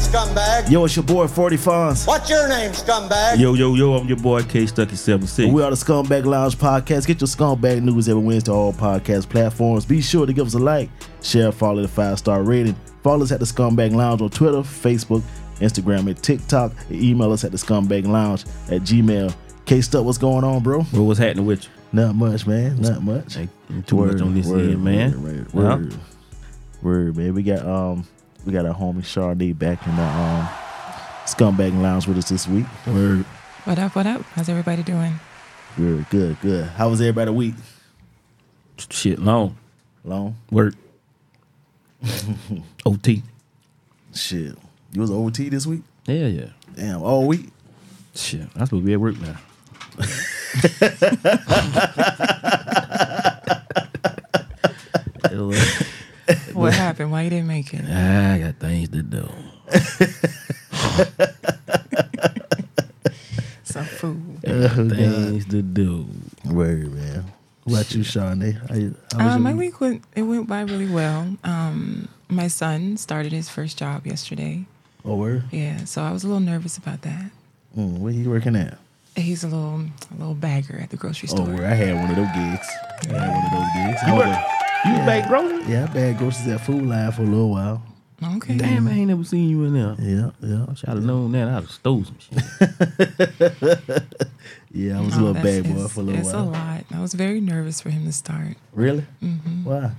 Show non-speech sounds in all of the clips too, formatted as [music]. scumbag? Yo, it's your boy 40 Fonz. What's your name, scumbag? Yo, yo, yo, I'm your boy K Stucky 76. We are the Scumbag Lounge Podcast. Get your scumbag news every Wednesday on all podcast platforms. Be sure to give us a like, share, follow the five star rating. Follow us at the Scumbag Lounge on Twitter, Facebook, Instagram, and TikTok. And email us at the Scumbag Lounge at Gmail. K Stuck, what's going on, bro? What was happening with you? Not much, man. Not much. Too much on this end, man. Word, Huh? word, word, man. We got um, we got our homie Sharday back in the um, Scumbag Lounge with us this week. Word. What up, what up? How's everybody doing? Good, good, good. How was everybody week? Shit, long. Long. [laughs] Work. OT. Shit. You was OT this week? Yeah, yeah. Damn, all week? Shit, I'm supposed to be at work [laughs] now. Hell, uh, What happened? Why you didn't make it? Ah, I got things to do. Some food. Oh, Things to do. Word, man. What about you, Shawnee? How you- how was Um, my your- week went it went by really well. Um, my son started his first job yesterday. Oh, word? Yeah, so I was a little nervous about that. Mm, where you working at? He's a little a little bagger at the grocery Oh, store. word. I had one of those gigs. I had one of those gigs. I was a- You back, bro? yeah, I bagged groceries at Food Line for a little while. Okay. Damn, I ain't never seen you in there. Yeah, yeah. I'd have known that. I'd have stole some shit. Yeah, I was a No, little Oh, that's- bad boy it's- for a little It's while. a lot. I was very nervous for him to start. Really? Mm-hmm. Why?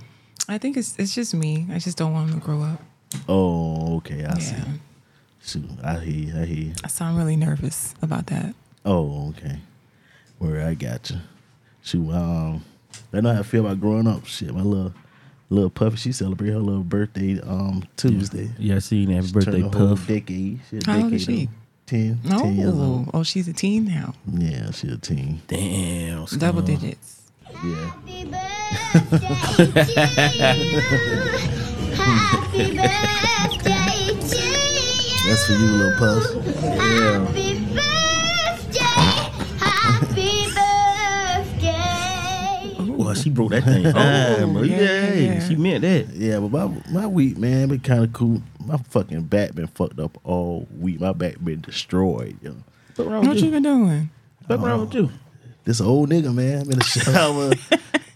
I think it's it's just me. I just don't want him to grow up. Oh, okay. I see. yeah. Shoot, I hear you. I hear you. So I'm really nervous about that. Oh, okay. Where I got you. Shoot, um, I know how I feel about growing up. Shit, my little little puppy, she celebrated her little birthday um Tuesday. Yeah, I seen that birthday Turned a whole puff. Decade. She a How old decade is she? old. Ten. No. Ten years old. oh, she's a teen now. Yeah, she a teen. Damn. son. Double digits. Yeah. Happy birthday to you. Happy birthday to you. That's for you, little puff. Happy birthday. Happy birthday. Well, she broke that [laughs] thing. home, bro. yeah, yeah, yeah, yeah. she meant that. Yeah, but my my week, man, been kind of cool. My fucking back been fucked up all week. My back been destroyed, yo. What wrong What with you you? been doing? What wrong with you? This old nigga, man, I'm in [laughs] the shower.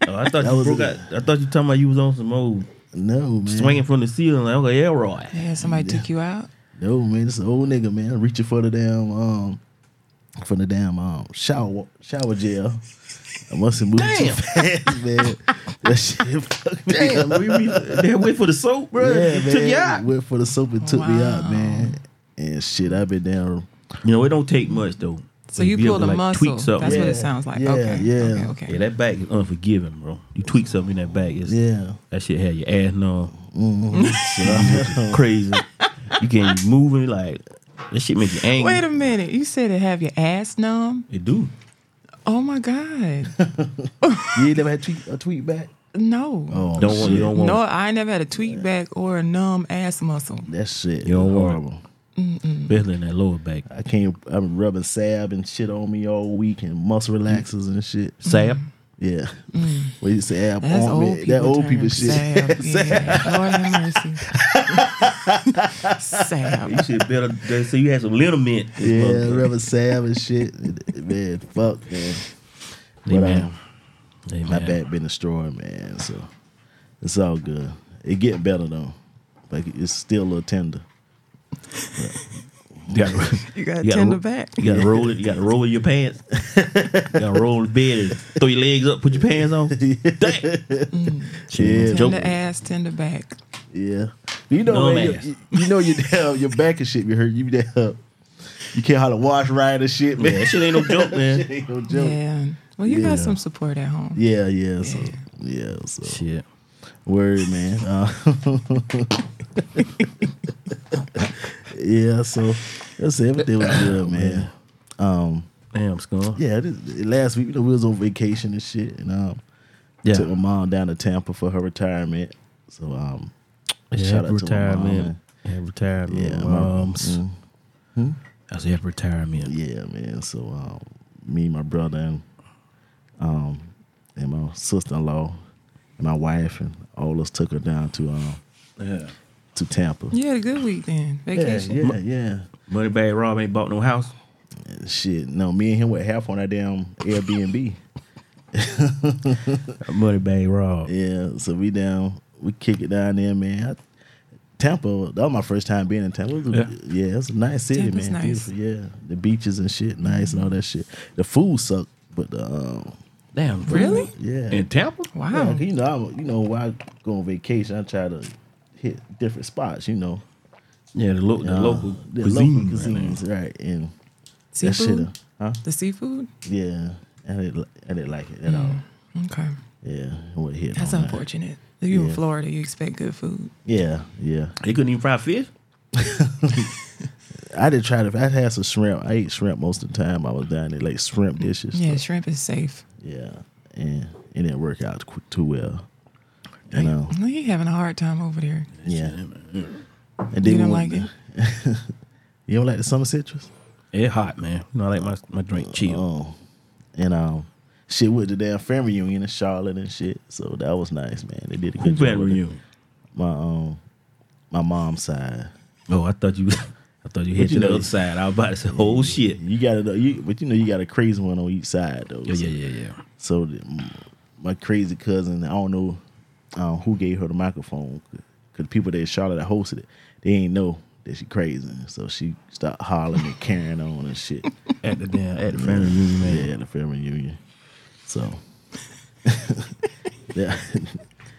Oh, I thought That you was broke it. out. I thought you talking about you was on some old no, man. swinging from the ceiling like Uncle Elroy. Yeah, somebody took you out. No man, this an old nigga man reaching for the damn um for the damn um shower shower gel. I must have moved too Damn. fast, [laughs] man. That shit fucked me Damn, up. we, [laughs] we, they went for the soap, bro. Yeah, It took man. you out. Went for the soap and took me out, Wow. man. And shit, I've been down. You know, it don't take much though. So you If able pulled a to, like, muscle. tweak That's something. what Yeah. it sounds like. Yeah, okay. yeah. Okay. yeah. Okay. yeah, that back is unforgiving, bro. You tweak something in that back, it's, Yeah. that shit had your ass numb. Mm-hmm. [laughs] Shit, crazy. You can't even move it like that. Shit make you angry. Wait a minute. You said to have your ass numb? It do. Oh [laughs] my God. You ain't never had tweet, a tweet back? No. Oh, Don't want. You don't want. No, I never had a tweak back or a numb ass muscle. That shit. You don't want it. horrible. Especially in that lower back. I can't. I'm rubbing salve and shit on me all week and muscle relaxers and shit. Sab. Yeah. What you say? ab That's on me. old people. that old term. people shit. Sab, [laughs] yeah. Lord have mercy. [laughs] Sab. You should better. [laughs] They say you had some liniment. Yeah, Reverend Sam and shit. man, fuck, man. But uh, um, my back been destroyed, man. So it's all good. It getting better though. Like it's still a little tender. [laughs] You gotta, [laughs] You got you gotta tender ro- back. You gotta roll it. You gotta roll your pants. [laughs] you gotta roll the bed and throw your legs up. Put your [laughs] pants on. Damn. Mm. Yeah, Joke. Tender ass, tender back. yeah. You know, Dumb man, ass. you, you know your damn your back and shit be hurt. You be damn. You can't how to wash right and shit, Man, that man. [laughs] shit ain't no joke, Shit man. ain't no joke. Yeah, Yeah. Well, you Yeah. got some support at home. yeah. So yeah, so Shit. word, man. [laughs] Uh, [laughs] yeah, so that's everything was good, man. Damn, scum. Yeah, this, last week you know, we was on vacation and shit, and um, Yeah. took my mom down to Tampa for her retirement. So um, Yeah, shout out to my retirement. mom. Yeah, retirement. Yeah, Yeah, my- mm. moms. I said retirement. Yeah, man. So um, me, my brother, and um, and my sister in law, and my wife, and all us took her down to um, Yeah. to Tampa. You had a good week then. Yeah, Vacation. yeah, yeah. Moneybag Rob ain't bought no house. Shit, no, me and him were half on that damn Airbnb. Moneybag Rob. yeah, so we down, we kick it down there, man. I- Tampa, that was my first time being in Tampa. It was a- yeah. it's a nice city, Tampa's man. nice. Beautiful, yeah. The beaches and shit, nice and all that shit. The food sucked, but the um, Damn. Really? yeah. In Tampa? Yeah, Wow. 'cause you know, I'm, you know, when I go on vacation, I try to hit different spots. You know, Yeah, the, lo- the Uh, local the cuisine. local cuisines, right? And that shit, Seafood? uh, huh? The seafood? Yeah, I didn't, li- I didn't like it at all. Okay. Yeah, I wouldn't hit Mm. That's on that. unfortunate. If you're Yeah. in Florida, you expect good food. Yeah, yeah. They couldn't even fry fish. I did try to. I had some shrimp. I ate shrimp most of the time. I was down there like shrimp dishes. Yeah, shrimp is safe. yeah, and it didn't work out qu- too well. You know, No, you're having a hard time over there. yeah. And You we don't went- like it? [laughs] You don't like the summer citrus? It's hot, man. You know, I like my, my drink chill. Oh, and um, shit with the damn family reunion in Charlotte and shit. So that was nice, man. They did a Who good job. family with it. reunion? My um, my mom's side. Oh, I thought you [laughs] I thought you hit you to the know- other side. I was about to say, Mm-hmm. oh shit. You gotta know, you, but you know, you got a crazy one on each side though. Yeah, yeah, yeah, yeah. So the, my crazy cousin, I don't know uh, who gave her the microphone, because people that in Charlotte that hosted it, they ain't know that she crazy. So she stopped hollering and carrying on and shit. At the damn at [laughs] the family reunion, man. Yeah, at the family reunion. So [laughs] that,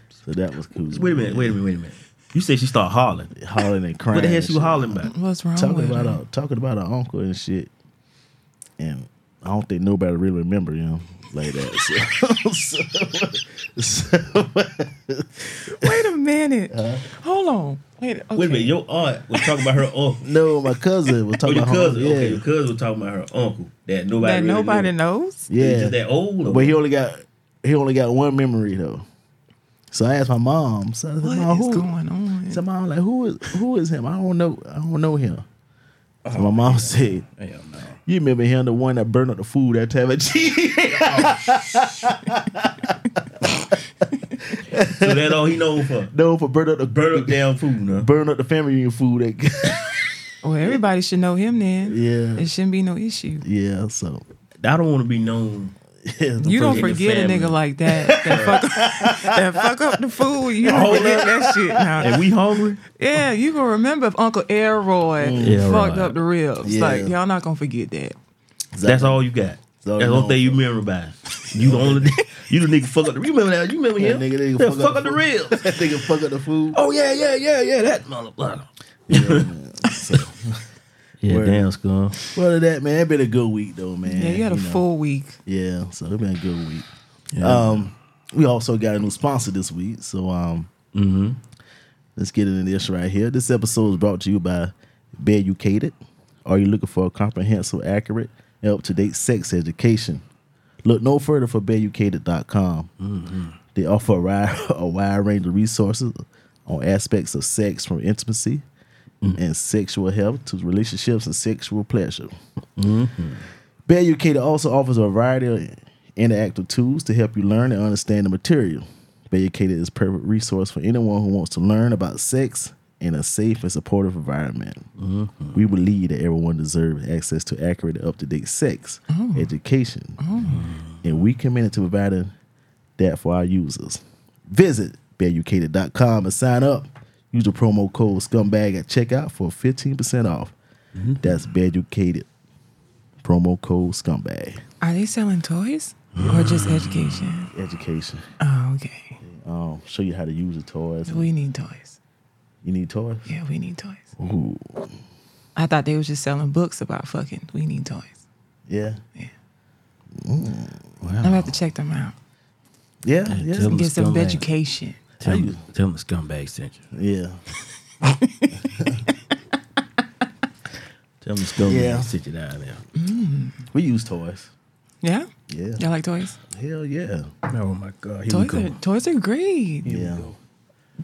so that was cool. Wait a minute, wait a minute, wait a minute. You said she started hollering. Hollering and crying. What the hell and she shit. was hollering [laughs] about? What's wrong Talking with about it? her, talking about her uncle and shit. And I don't think nobody really remember him like that. [laughs] So, [laughs] so, Wait a minute. Hold on. Wait, okay. Wait a minute, your aunt was talking about her uncle. no, my cousin was [laughs] [laughs] Oh, talking your about her cousin. uncle, Okay, yeah. your cousin was talking about her uncle. That nobody that really nobody knew. knows? He was Yeah, just that old or but he only got he only got one memory though. So I asked my mom. So I said, What is "Mom, who?" going on? So mom like, who is who is him? I don't know. I don't know him. Oh, So my mom said, Hell no. "You remember him, the one that burned up the food that time at G?" [laughs] So that's all he known for. no, for burn up the Burn up damn food, no. burn up the family reunion food. That well, everybody should know him then. Yeah. It shouldn't be no issue. [laughs] yeah. So [laughs] I don't want to be known. yeah, the You don't in the forget a family. nigga like that that fuck, that fuck up the food. You don't forget that shit. Now, And we hungry? yeah, you gonna remember if Uncle Elroy Yeah, fucked right. up the ribs. Yeah. Like y'all not gonna forget that. first- That's all you got. all That's the you only thing you known memorize. You the [laughs] only [laughs] you the nigga fuck up the you remember that you remember Yeah, him? nigga, nigga Yeah, fuck fuck, up up the the ribs. [laughs] That nigga fuck up the food. [laughs] oh yeah, yeah, yeah, yeah, that motherfucker. Yeah, [laughs] man. So, Yeah, Word. damn scum. well, to that man, it been a good week though, man. Yeah, you had a know. full week. Yeah, so it's been a good week. Um, we also got a new sponsor this week, so um, let's get into this right here. This episode is brought to you by Beducated. Are you looking for a comprehensive, accurate, and up to date sex education? Look no further for beducated.com. They offer a wide, [laughs] a wide range of resources on aspects of sex from intimacy and sexual health to relationships and sexual pleasure. Bear Educated also offers a variety of interactive tools to help you learn and understand the material. Bear Educated is a perfect resource for anyone who wants to learn about sex in a safe and supportive environment. We believe that everyone deserves access to accurate and up to date sex education, and we committed to providing that for our users. Visit beareducated.com and sign up. Use the promo code scumbag at checkout for 15% off. That's beareducated. Promo code scumbag. Are they selling toys or just education? Education. Oh, okay. Um, show you how to use the toys. We need toys. You need toys? Yeah, we need toys. Ooh. I thought they was just selling books about fucking. We need toys. Yeah. I'm gonna have to check them out. Yeah. Yeah. tell Get some Scumbag. education. Tell How him, you- tell him the scumbag sent you. Yeah. Tell him the scumbag Yeah. sent you down there. We use toys. Yeah. Yeah. Y'all like toys? Hell yeah. Oh my god, here Toys are toys are great. Yeah.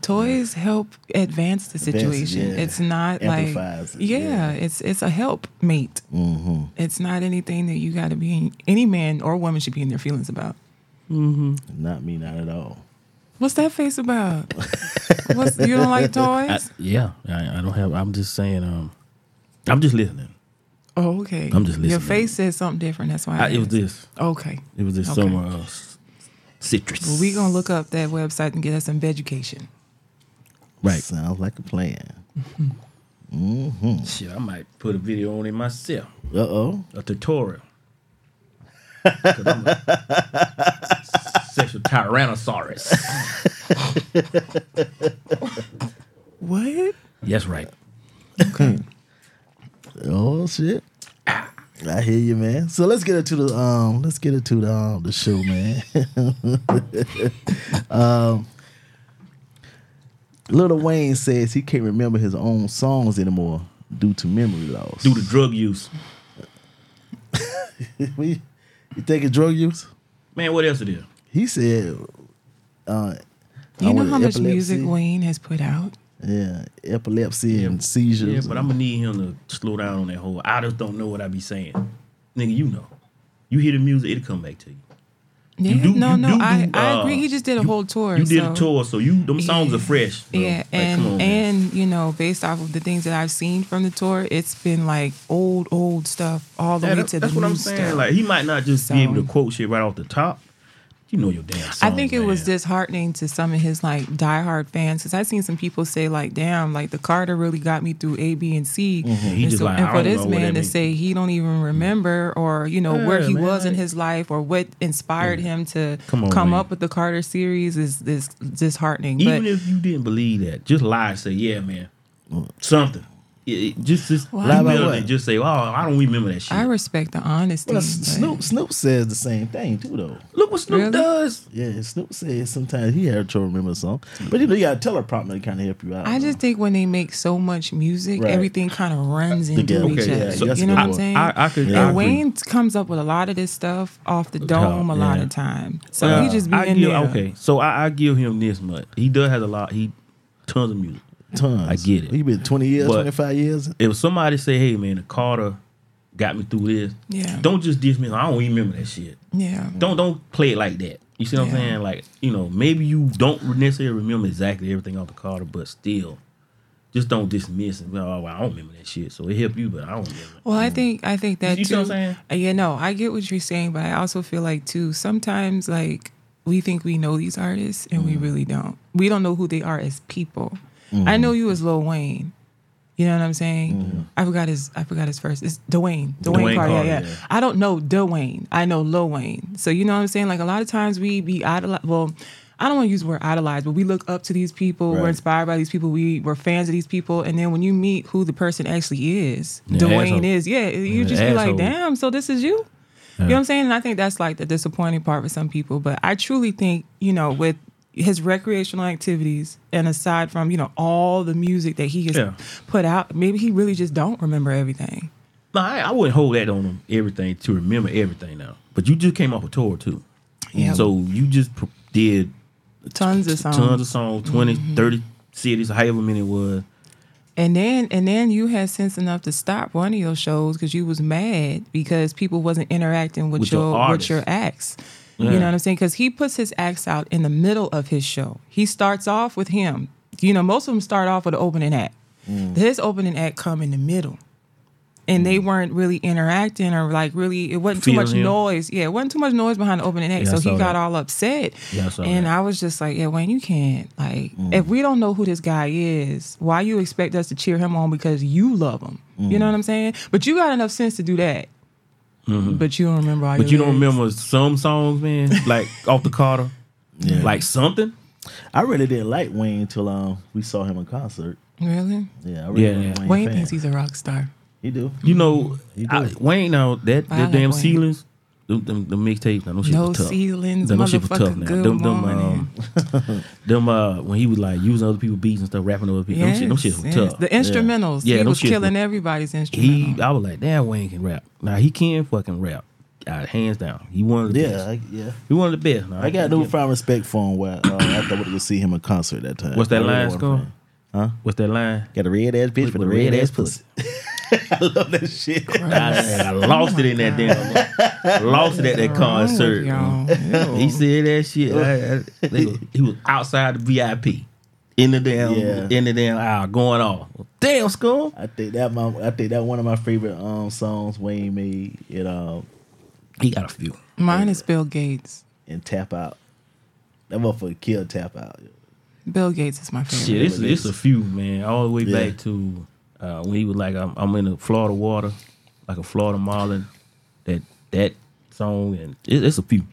toys help advance the Advances, situation. yeah. It's not Amplifies it, like yeah, yeah. it's it's a help mate. Mm-hmm. It's not anything that you got to be in, any man or woman should be in their feelings about. Not me, not at all. What's that face about? What's, you don't like I, toys? yeah, I, I don't have. I'm just saying. Um, I'm just listening. oh, okay. I'm just Your listening. face said something different. That's why. I I, it was asked. this. Okay. It was this Okay. summer uh, s- citrus. Well, we gonna look up that website and get us some education. right. Sounds like a plan. Shit, I might put a video on it myself. Uh oh. A tutorial. [laughs] 'Cause I'm a sexual tyrannosaurus. What? That's right. Oh shit. I hear you, man. So let's get into the um, let's get into the um, the show, man. [laughs] um, Little Wayne says he can't remember his own songs anymore due to memory loss. Due to drug use. We- [laughs] you think it's drug use? Man, what else it is? He said, uh, You I know want how much music epilepsy. Wayne has put out? yeah, epilepsy and seizures. Yeah, but I'm gonna need him to slow down on that whole. I just don't know what I be saying, nigga. You know, you hear the music, it'll come back to you. Yeah. You do- no, you no, do I, do, I uh, agree. He just did a whole tour. You did so- a tour, so you them songs Yeah. are fresh. bro. Yeah, Like, and come on, man. and you know, based off of the things that I've seen from the tour, it's been like old, old stuff all the Yeah, way that- to that's the what new I'm saying. stuff. Like he might not just be able to So- quote shit right off the top. You know your damn. I Song, think it Oh, man. was disheartening to some of his like diehard fans because I've seen some people say like, "Damn, like the Carter really got me through A, B, and C." Mm-hmm. He and, just like, and I for don't this know what that man to means. say he don't even remember or you know where Yeah, he man, was in like- his life or what inspired him to Come come, on, man. up with the Carter series is is disheartening. Even but if you didn't believe that, just lie and say, "Yeah, man, something." It, it- just just Wow. lie Lie about better what? than just say, "Oh, I don't remember that shit." I respect the honesty. Well, but- Snoop Snoop says the same thing too, though. Look what Snoop Really? does. Yeah, Snoop says sometimes he had trouble remembering a song, but you know you got a teleprompter to kind of help you out. I just think when they make so much music, Um, Right. everything kind of runs into Together. each Okay, other. yeah, that's you know a good what I'm point. saying? I, I could. Yeah. I and agree. Wayne comes up with a lot of this stuff off the dome a lot yeah. of time. So Uh, Oh, he just be I in give, there. Okay, so I, I give him this much. He does has a lot. He tons of music. tons. I get it. You been twenty years, But- twenty five years. If somebody say, "Hey, man, the Carter got me through this," Yeah. don't just dismiss. I don't even remember that shit. Yeah. Don't don't play it like that. You see what I'm Yeah. saying? Like you know, maybe you don't necessarily remember exactly everything off the Carter, but still, just don't dismiss it. Well, well, I don't remember that shit, so it helped you, but I don't remember. Well, I think I think that You too. see what I'm saying? Uh, Yeah, no, I get what you're saying, but I also feel like too sometimes like we think we know these artists and we really don't. We don't know who they are as people. I know you as Lil Wayne. You know what I'm saying? I forgot his I forgot his first. It's Dwayne. Dwayne, Dwayne Carter. Carter, yeah, yeah. yeah. I don't know Dwayne. I know Lil Wayne. So you know what I'm saying? Like a lot of times we be idol. Well, I don't want to use the word idolize, but we look up to these people. Right. We're inspired by these people. We we're fans of these people. And then when you meet who the person actually is, Yeah, Dwayne asshole. is, yeah, you Yeah, just be asshole. like, damn. So this is you. You know what I'm saying? And I think that's like the disappointing part for some people. But I truly think, you know, with his recreational activities and aside from, you know, all the music that he has Yeah. put out, maybe he really just don't remember everything. No, I, I wouldn't hold that on him. Everything to remember everything now, but you just came off a tour too, Yeah. so you just pr- did Tons of songs. tons of songs, Mm-hmm. 20, 30 cities, however many it was. And then and then you had sense enough to stop one of your shows because you was mad because people wasn't interacting with, With your your, artist. with your acts. Yeah. You know what I'm saying? Because he puts his acts out in the middle of his show. He starts off with him. You know, most of them start off with an opening act. Mm. His opening act come in the middle. And they weren't really interacting or like really it wasn't too Feeling much him. noise. Yeah, it wasn't too much noise behind the opening act. Yeah, I so he saw got that. all upset. Yeah, I saw and that. Mm. I was just like, yeah, Wayne, you can't. Like, if we don't know who this guy is, why you expect us to cheer him on because you love him? Mm. You know what I'm saying? But you got enough sense to do that. But you don't remember all Mm-hmm. But you your don't lyrics. remember some songs, man, like off the Carter, like something. I really didn't like Wayne until um we saw him in concert. Really? Yeah, I really Yeah. wasn't a Wayne fan. thinks he's a rock star. he do. You know, You I, do. Wayne now that I that like damn Wayne. ceilings, them, them, them mixtapes, now, them shit No was tough. ceilings, Them- them shit was motherfucker, tough now. good Them, them, morning. um, [laughs] them, uh, when he was like using other people's beats and stuff, rapping over people, them shit, them shit was yes. tough. The instrumentals. Yeah, he them was shit was- killing everybody's he, instrumental. I was like, damn, Wayne can rap. Now he can fucking rap, uh, hands down. He one of the Yeah, best. I, yeah. He one of the best. Now, I got can't- newfound respect for him where, uh, after I went to go see him in concert that time. What's I that really line wasn't a called? fan. Huh? What's that line? Got a red ass bitch with, a red, ass pussy. I love that shit. Oh I, I lost it in that damn. lost it at that Wrong with concert. y'all. [laughs] Ew. Uh-huh. He said that shit. I- I- they was- he was outside the VIP, in the damn, Yeah. in the damn aisle, going off. Damn, school. I think that my I think that one of my favorite um songs Wayne made it um He got a few. Mine is Bill Gates. and tap out. That motherfucker killed tap out. Bill Gates is my favorite. Shit, it's, it's a few, man. All the way Yeah. back to uh, when he was like, I'm, I'm in the Florida water, like a Florida Marlin. That that song, and it, it's a few.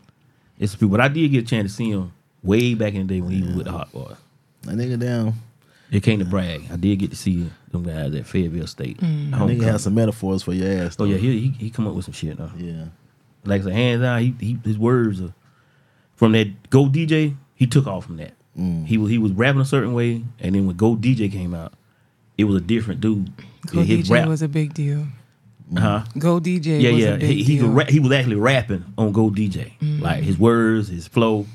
It's a few. But I did get a chance to see him way back in the day when he was with the Hot Boys. That nigga down. It came to brag. I did get to see them guys at Fayetteville State. That Mm. nigga homecoming. has some metaphors for your ass. Oh yeah, though. he, he he come up with some shit now. yeah. Like I said, hands down, he, he his words are from that Go DJ. He took off from that. He was he was rapping a certain way, and then when Go DJ came out, it was a different dude. Go his DJ was a big deal. huh? Go DJ Yeah, was yeah. a big He he, deal. Mm. could ra- he was actually rapping on Go DJ. Like his words, his flow.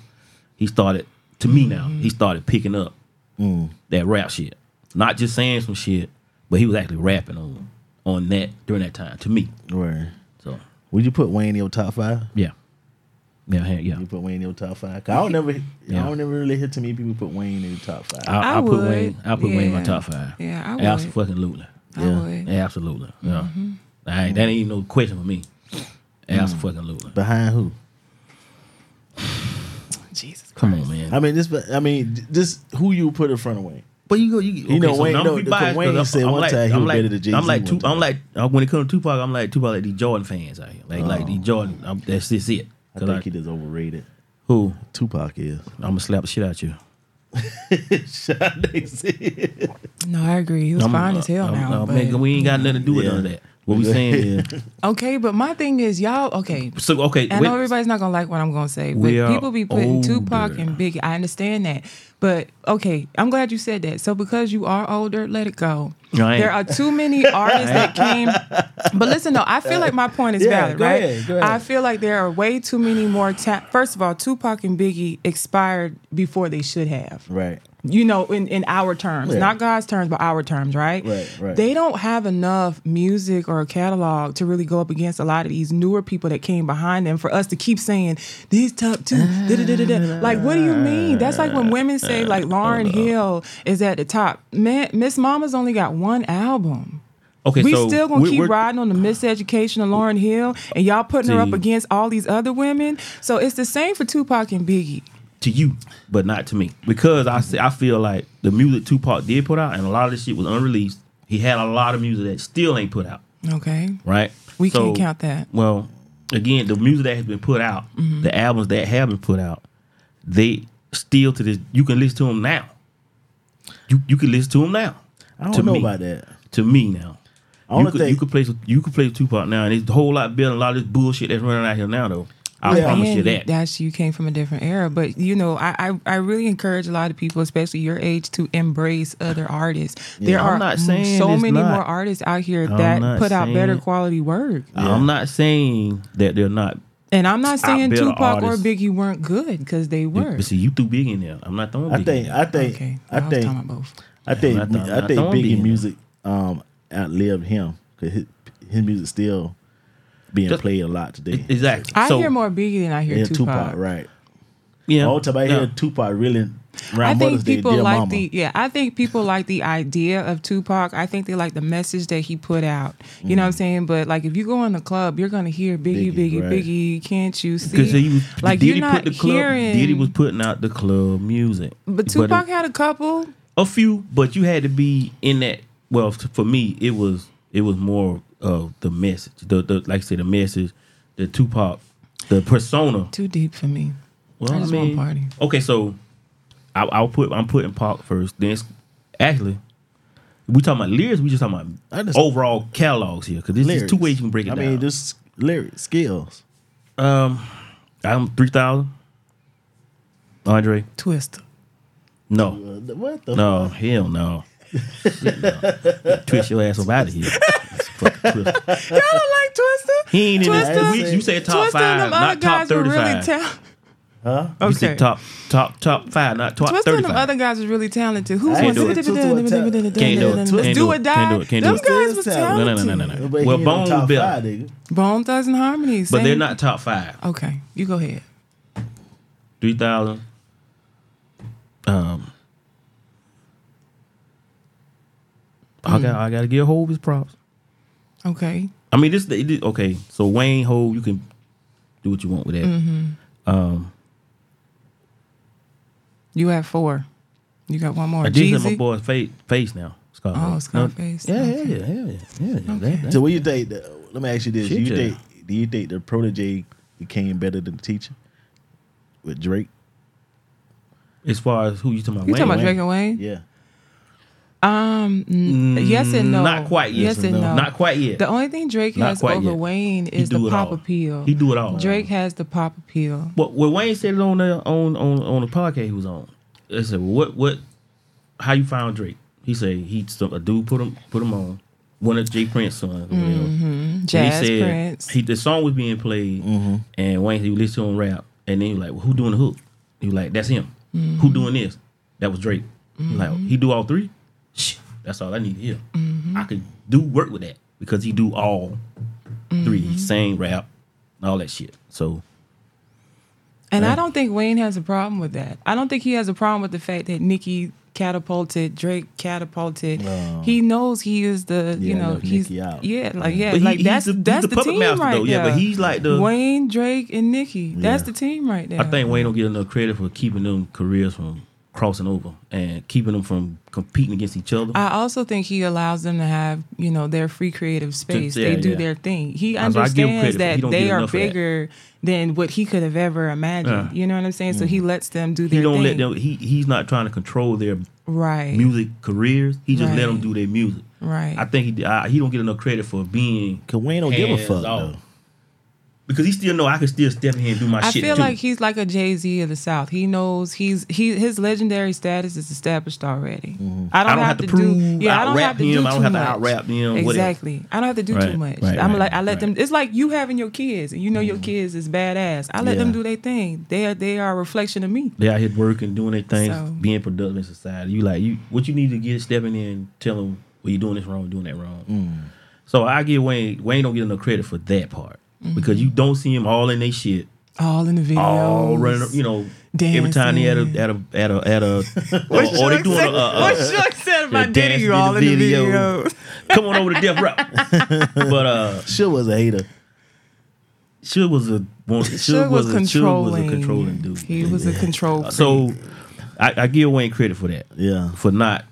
He started to me now. Mm. He started picking up that rap shit, not just saying some shit, but he was actually rapping on on that during that time. To me, Where so. would you put Wayne in your top five? Yeah. Yeah, hang- yeah. You put Wayne in your top five. 'Cause I don't never, Yeah. I don't never really hear too many people put Wayne in the top five. I, I, I put would. Wayne. I put Wayne in my Yeah. top five. Yeah, I would. Absolutely. yeah. I would. Mm-hmm. Absolutely. Yeah. I ain't that ain't even no question for me. Mm. Absolutely. Behind who? Jesus. Come on, man. I mean, this. I mean, this. Who you put in front of Wayne? But you go. You, okay, know, Wayne- now I'm no, gonna be because biased Wayne 'cause I'm- said I'm one time he I'm was like, better than Jay-Z I'm like, one two, time. I'm like, uh, when it comes to Tupac, I'm like Tupac, like these Jordan fans out here. Like, like Oh. these Jordan. I'm, that's just it. I 'Cause think I- he just overrated. who? Tupac [laughs] is. I'm gonna slap the shit out you. Sade said. No, I agree. He was I'm- fine as hell I'm- now. I'm- but- man, we ain't got nothing to do with Yeah. none of that. What we saying is, [laughs] okay, but my thing is, y'all, okay. so okay. I wait- know everybody's not gonna like what I'm gonna say, but We are people be putting Tupac older. and Biggie. I understand that, but okay, I'm glad you said that. So because you are older, let it go. No, I ain't. There are [laughs] too many artists that came. But listen, though, I feel like my point is Yeah, valid, go right? ahead, go ahead. I feel like there are way too many more. Ta- First of all, Tupac and Biggie expired before they should have Right. you know, in, in our terms, Yeah. not God's terms, but our terms, right? Right, right. They don't have enough music or a catalog to really go up against a lot of these newer people that came behind them for us to keep saying these top two. da, da, da, da, da." Like, what do you mean? That's like when women say like Lauren Hill is at the top. Man, Miss Mama's only got one album. okay, we so still gonna we're- keep we're- riding on the miseducation of Lauren Hill, and y'all putting her up See. against all these other women. So it's the same for Tupac and Biggie. to you, but not to me. Because I say, I feel like the music Tupac did put out, and a lot of this shit was unreleased. He had a lot of music that still ain't put out, Okay, right? we can't count that. Mm-hmm. Well, again, the music that has been put out, the albums that have been put out, they still to this. You can listen to them now. You you can listen to them now. I don't to know me. about that. To me now. Only You could, thing- you could play you could play Tupac now, and it's a whole lot better. than A lot of this bullshit that's running out here now, though. I Yeah. promise you And that. That's you came from a different era. But you know, I, I I really encourage a lot of people, especially your age, to embrace other artists. There I'm are not saying so it's many not. more artists out here I'm that not put out better saying- quality work. I'm not saying that they're not And I'm not saying better Tupac artists. or Biggie weren't good because they were. But see, you threw big in there. I'm not throwing big. I think. in I there. think. okay, I was think. talking about both. I think. I thought- I I think thought it'd be Biggie in there. music um outlived him because his, his music still being Just- played a lot today. exactly. I so, hear more Biggie than I hear Yeah, Tupac. Tupac, right? Yeah, All the time I yeah. hear Tupac really I around Mother's think Day, people dear like mama. the yeah. I think people like the idea of Tupac. I think they like the message that he put out. You know what I'm Mm. saying? But like if you go in the club, you're gonna hear Biggie, Biggie, Biggie, right. Biggie. Can't you see? Because he was like Diddy you're not put the club. hearing. Diddy was putting uh, out the club music. but Tupac a, had a couple. a few, but you had to be in that. Well, t- for me, it was it was more of the message. The, the like I said, the message, the Tupac, the persona. Too deep for me. Well, I just want party. Okay, so I, I'll put I'm putting Pac first. Then it's- actually, we talking about lyrics. We just talking about I just- overall catalogs here because there's lyrics. two ways you can break it I down. mean, just lyrics, skills. Um, I'm three thousand. Andre, Twister. no, Uh, What the? no, hell no. no. Twist your ass up out of here. Fucking twist. Y'all don't like Twister. He ain't in Twister. this. We, you said top Twister five, and them other not top guys were really thirty-five. talented. Huh? You said Okay. top, top, top five, not top Twister and them thirty-five. other guys was really talented. Who Can't wants do it. Let's Twister was talented. Can't do it. Can't Let's do do it. or die. Can't do it. Can't do Them it. guys was Twisted is talented. no, no, no, no, no. But he Well, ain't no Bone top Bella, five, nigga. Bone Thugs and Harmony. but they're same. not top five. Okay, you go ahead. Three thousand. Um, I got, I got to give Hove his props. Okay. I mean, this, it is- okay. So Wayne Hove, you can do what you want with that. Mm-hmm. Um, You have four. You got one more. I just said my Jeezy. boy face, face now. Scarface. Oh, No, Scarface. Yeah, yeah, yeah, yeah, yeah. yeah, yeah. That- that- So what you think? The, let me ask you this: Do Shit, you yeah. think do you think the protege became better than the teacher with Drake? as far as who you talking about, You Wayne, talking about Wayne? Drake and Wayne? Yeah. Um, n- Mm, yes and no. Not quite yes, and no. Not quite yet. The only thing Drake Not has quite over yet. Wayne He is the do it pop all. appeal. He do it all. Drake has the pop appeal. Well, well Wayne said it on the on on on the podcast he was on. I said, well, "What what? How you found Drake?" He said, "He some, a dude put him put him on one of Jay Prince's sons." or whatever. Mm-hmm. And Jazz he said Prince. he the song was being played, and Wayne said, "You listen to him rap," and then he was like, well, "Who doing the hook?" He was like, "That's him." Mm-hmm. Who doing this? That was Drake. He like he do all three. Shh, that's all I need to hear. Mm-hmm. I could do work with that because he do all three. Mm-hmm. He sang, rap, all that shit. So and I don't think Wayne has a problem with that. I don't think he has a problem with the fact that Nicki catapulted, Drake catapulted. No. He knows he is the, you Yeah, know, left he's Nicki out. yeah, like yeah, But he- like he's that's the- he's that's the the, puppet team master, right though. Yeah, there. but he's like the- Wayne, Drake, and Nicki. That's Yeah. the team right there. I think Wayne don't get enough credit for keeping them careers from crossing over and keeping them from competing against each other. I also think he allows them to have, you know, their free creative space. yeah, they do yeah. their thing. He I was like, I give him credit, but he understands that don't they get are enough of that. bigger than what he could have ever imagined. Yeah. Mm-hmm. You know what I'm saying? So he lets them do their he don't let thing. them. He he's not trying to control their right. music careers. He just let Right. them do their music. Right. I think he I, he don't get enough credit for being Cause Wayne don't give a hands fuck off. though. because he still know I can still step in here and do my I shit feel too. like he's like a Jay Z of the South. He knows he's he his legendary status is established already. I, don't Mm-hmm. I don't have to prove, do yeah. I don't out-rap have to him, do I don't too have to much. out-rap them, whatever. Exactly. I don't have to do Right, too much. right, I'm right, like I let right. Mm-hmm. them. It's like you having your kids and you know your kids is badass. I let Yeah. them do their thing. They are they are a reflection of me. they out here working, doing their things, So- being productive in society. You like you what you need to get stepping in, tell them well you're doing this wrong, doing that wrong. So I give Wayne Wayne don't get enough credit for that part Mm-hmm. because you don't see him all in their shit, All in the videos. all running, you know. Every time they at a at a at a at a or, or they doing a, a, [laughs] what a Shook said yeah, about Diddy, dancing in you all the in the video. videos. come on over to Death Rap. [laughs] but uh, Sure was a hater. Suge was a Suge Shook was, a Suge was was a controlling. controlling dude. He was a control. So I, I give Wayne credit for that. Yeah. For not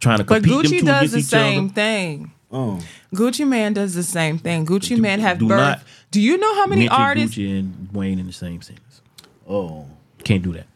trying to But compete them Gucci two against does the each same other. thing. Oh. Gucci Man does the same thing. Gucci Do- Man have do birth. not do you know how many Mention artists? Gucci and Wayne in the same sentence. Oh. Can't do that.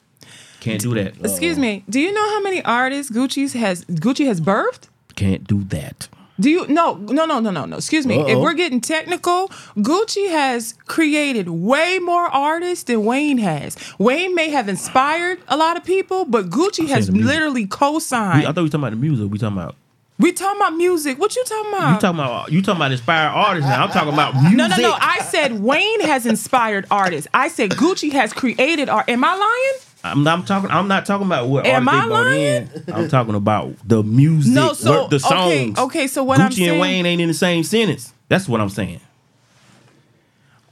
Can't do that. Excuse me. Do you know how many artists Gucci's has Gucci has birthed? Uh, Can't do that. Do you no no no no no no? Excuse me. If Uh-oh. we're getting technical, Gucci has created way more artists than Wayne has. Wayne may have inspired a lot of people, but Gucci has the music. literally We- uh, I co-signed. thought we were talking about the music. We talking about we talking about music. What you talking about? you talking about you talking about inspired artists now. I'm talking about music. Uh. no, no, no. I said Wayne has inspired artists. I said Gucci has created art. Am I lying? I'm, I'm talking. I'm not talking about what Am artists they I brought in. I'm talking about the music. No, so, what- the okay, songs. okay, so what Gucci I'm saying- and Wayne ain't in the same sentence. That's what I'm saying.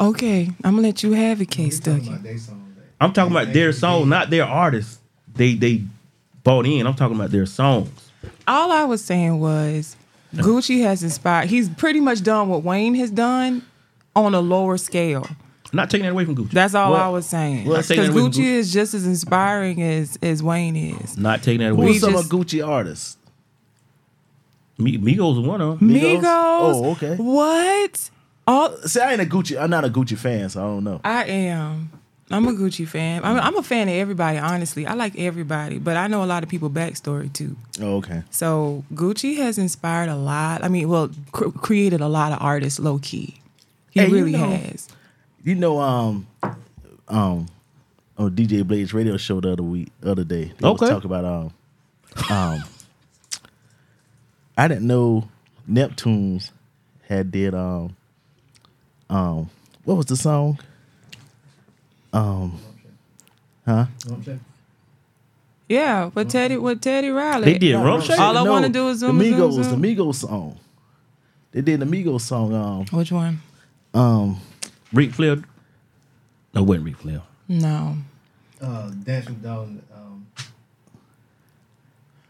Okay, I'm gonna let you have it, Case Stucky. I'm talking about their song, not their artists. They they bought in. I'm talking about their songs. All I was saying was Gucci has inspired. He's pretty much done what Wayne has done on a lower scale. I'm not taking that away from Gucci. That's all Well, I was saying. well, I Because take that away from Gucci Gucci. is just as inspiring as as Wayne is. not taking that Who away. was We some just- of Gucci artists? Mi- Migos was one of them. Migos. Oh, okay. What? All See, I ain't a Gucci. I'm not a Gucci fan, so I don't know. I am. I'm a Gucci fan. I'm, I'm a fan of everybody. Honestly, I like everybody, but I know a lot of people backstory too. Oh, okay. So Gucci has inspired a lot. I mean, well, cr- created a lot of artists low key. He Hey, you really know- has. You know, um, um, on DJ Blade's radio show the other week, other day, they Okay. was talking about um, um, I didn't know Neptunes had did um, um, what was the song? Um, Huh? Yeah, but Teddy, with Teddy Riley, They did rum shake. All I wanna do is zoom, the zoom, Migos, zoom. the Migos song. They did the Migos song. Um, Which one? um, Ric Flair. No, it wasn't Ric Flair. No, Uh, Dance with Dawn. Um,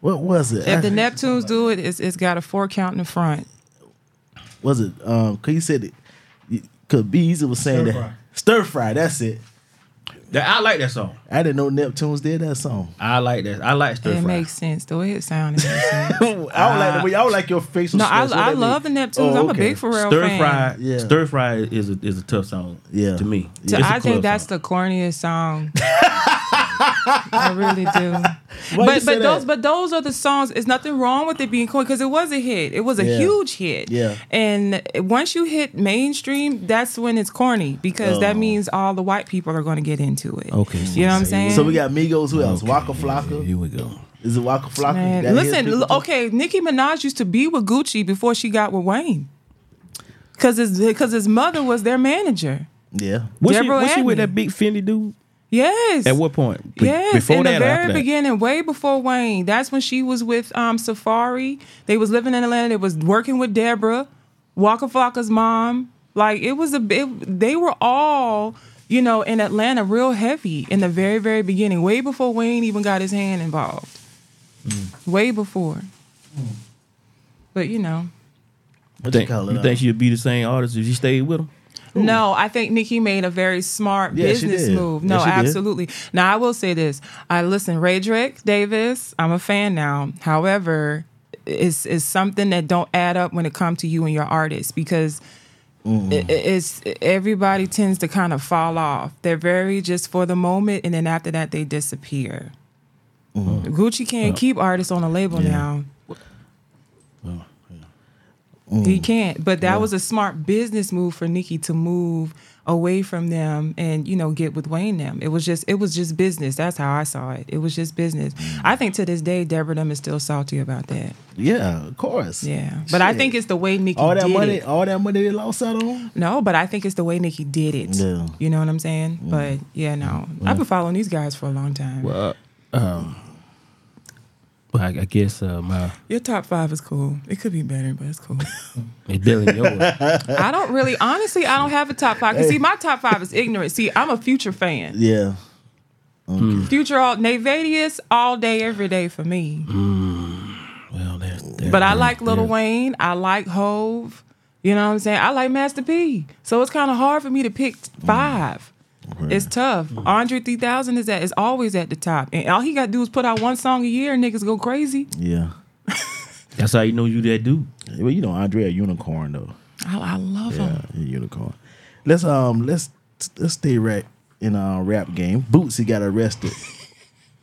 what was it? if the Neptunes do it, it's, it's got a four count in the front. was it? Um, cause you said it. Cause Beezy was saying Stir that Fry. stir fry. That's it. That- I like that song. I didn't know Neptunes did [laughs] that song. I like that. I like Stir it Fry. makes sense the way it sounded. [laughs] no, I don't like the way I don't like your facial. I, expression. What I that love the mean? Neptunes. Oh, I'm a okay. big Pharrell Stir fan. Fry. Yeah. Stir Fry is a is a tough song. Yeah. To me. So It's a I think club that's song. the [laughs] corniest song. I really do. Why you but say but that? those but those are the songs. It's nothing wrong with it being corny because it was a hit. It was a Yeah. huge hit. Yeah. And once you hit mainstream, that's when it's corny because that means all the white people are going to get into it. Okay. You know what I'm saying? Oh. So we got Migos. Who else? Okay, Waka yeah, Flocka. Here we go. Is it Waka Flocka? Man, That his listen, people l- too? okay, Nicki Minaj used to be with Gucci before she got with Wayne. Cause his because his mother was their manager. Yeah. Was she, Deborah was she with Anthony. that big Fendi dude? Yes. At what point? Be- Yes, Before in that the or very after that? beginning, way before Wayne. That's when she was with um, Safari. They was living in Atlanta. They was working with Deborah, Waka Flocka's mom. Like it was a bit. They were all you know in Atlanta, real heavy in the very very beginning, way before Wayne even got his hand involved. Mm. Way before. But you know, What Think- you call it? you uh, think she'd be the same artist if she stayed with him? No, I think Nikki made a very smart Yeah, she business did. move. Yeah, No, she did. absolutely. Now I will say this. I listen, Raydrick Davis, I'm a fan now. However, it's it's something that don't add up when it comes to you and your artist because it- it's everybody tends to kind of fall off. They're very just for the moment, and then after that they disappear. Mm-hmm. Gucci can't keep artists on a label now. He Mm. can't. But that was a smart business move for Nikki to move away from them and you know get with Wayne them. It was just it was just business. That's how I saw it. It was just business. Mm. I think to this day Deborah them is still salty about that. Yeah, of course. Yeah. But I Shit. think it's the way Nikki all that did money, it. all that money they lost out on. No, but I think it's the way Nikki did it. Yeah. Mm. You know what I'm saying? But yeah, no. I've been following these guys for a long time. Well, uh, um, well, I, I guess uh, my Your top five is cool. It could be better, [laughs] but it's cool. it's better than yours. I don't really, honestly, I don't have a top five. 'Cause see, my top five is ignorant. See, I'm a future fan. Yeah. Future all Navadius all day, every day for me. Mm-hmm. well, that's, that's, But I like Lil Wayne. I like Hove. You know what I'm saying? I like Master P. So it's kind of hard for me to pick Mm-hmm. five. It's tough. Andre 3000 is at is always at the top, and all he got to do is put out one song a year, and niggas go crazy. Yeah. that's how you know you that dude. Well, you know, Andre a unicorn though. I, I love Yeah, him. a unicorn. Let's um, let's let's stay right in our rap game. Bootsy got [laughs] arrested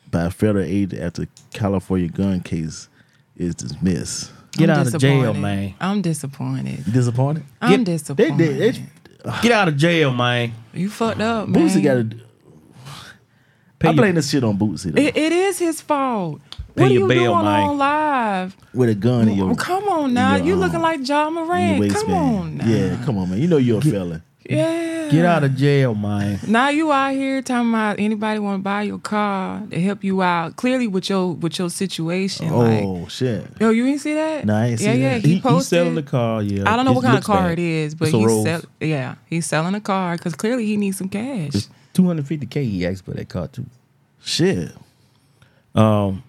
by federal aid after California gun case is dismissed. Get I'm out of jail, disappointed. man. I'm disappointed. You disappointed? I'm Get- They disappointed. did. They, Get out of jail, man. you fucked up, man. Bootsy got to. Pay I blame your, this shit on Bootsy though. It, it is his fault. Pay what are your you bail, doing Mike. on live? with a gun in your, Well, Oh, come on now. your, you um, looking like John in your Moran. waistband. Come on now. Yeah, come on, man. You know you're a fella. Yeah. get out of jail, man. Now you out here talking about anybody want to buy your car to help you out. Clearly with your with your situation. Like, Oh shit. yo, you ain't see that? No, I ain't yeah, see yeah, that. He, He, posted. he's selling the car. Yeah, I don't know It what kind looks of car bad. it is, but It's a he's Rolls. sell, yeah, he's selling a car because clearly he needs some cash. two hundred fifty k. He asked for that car too. Shit. Um,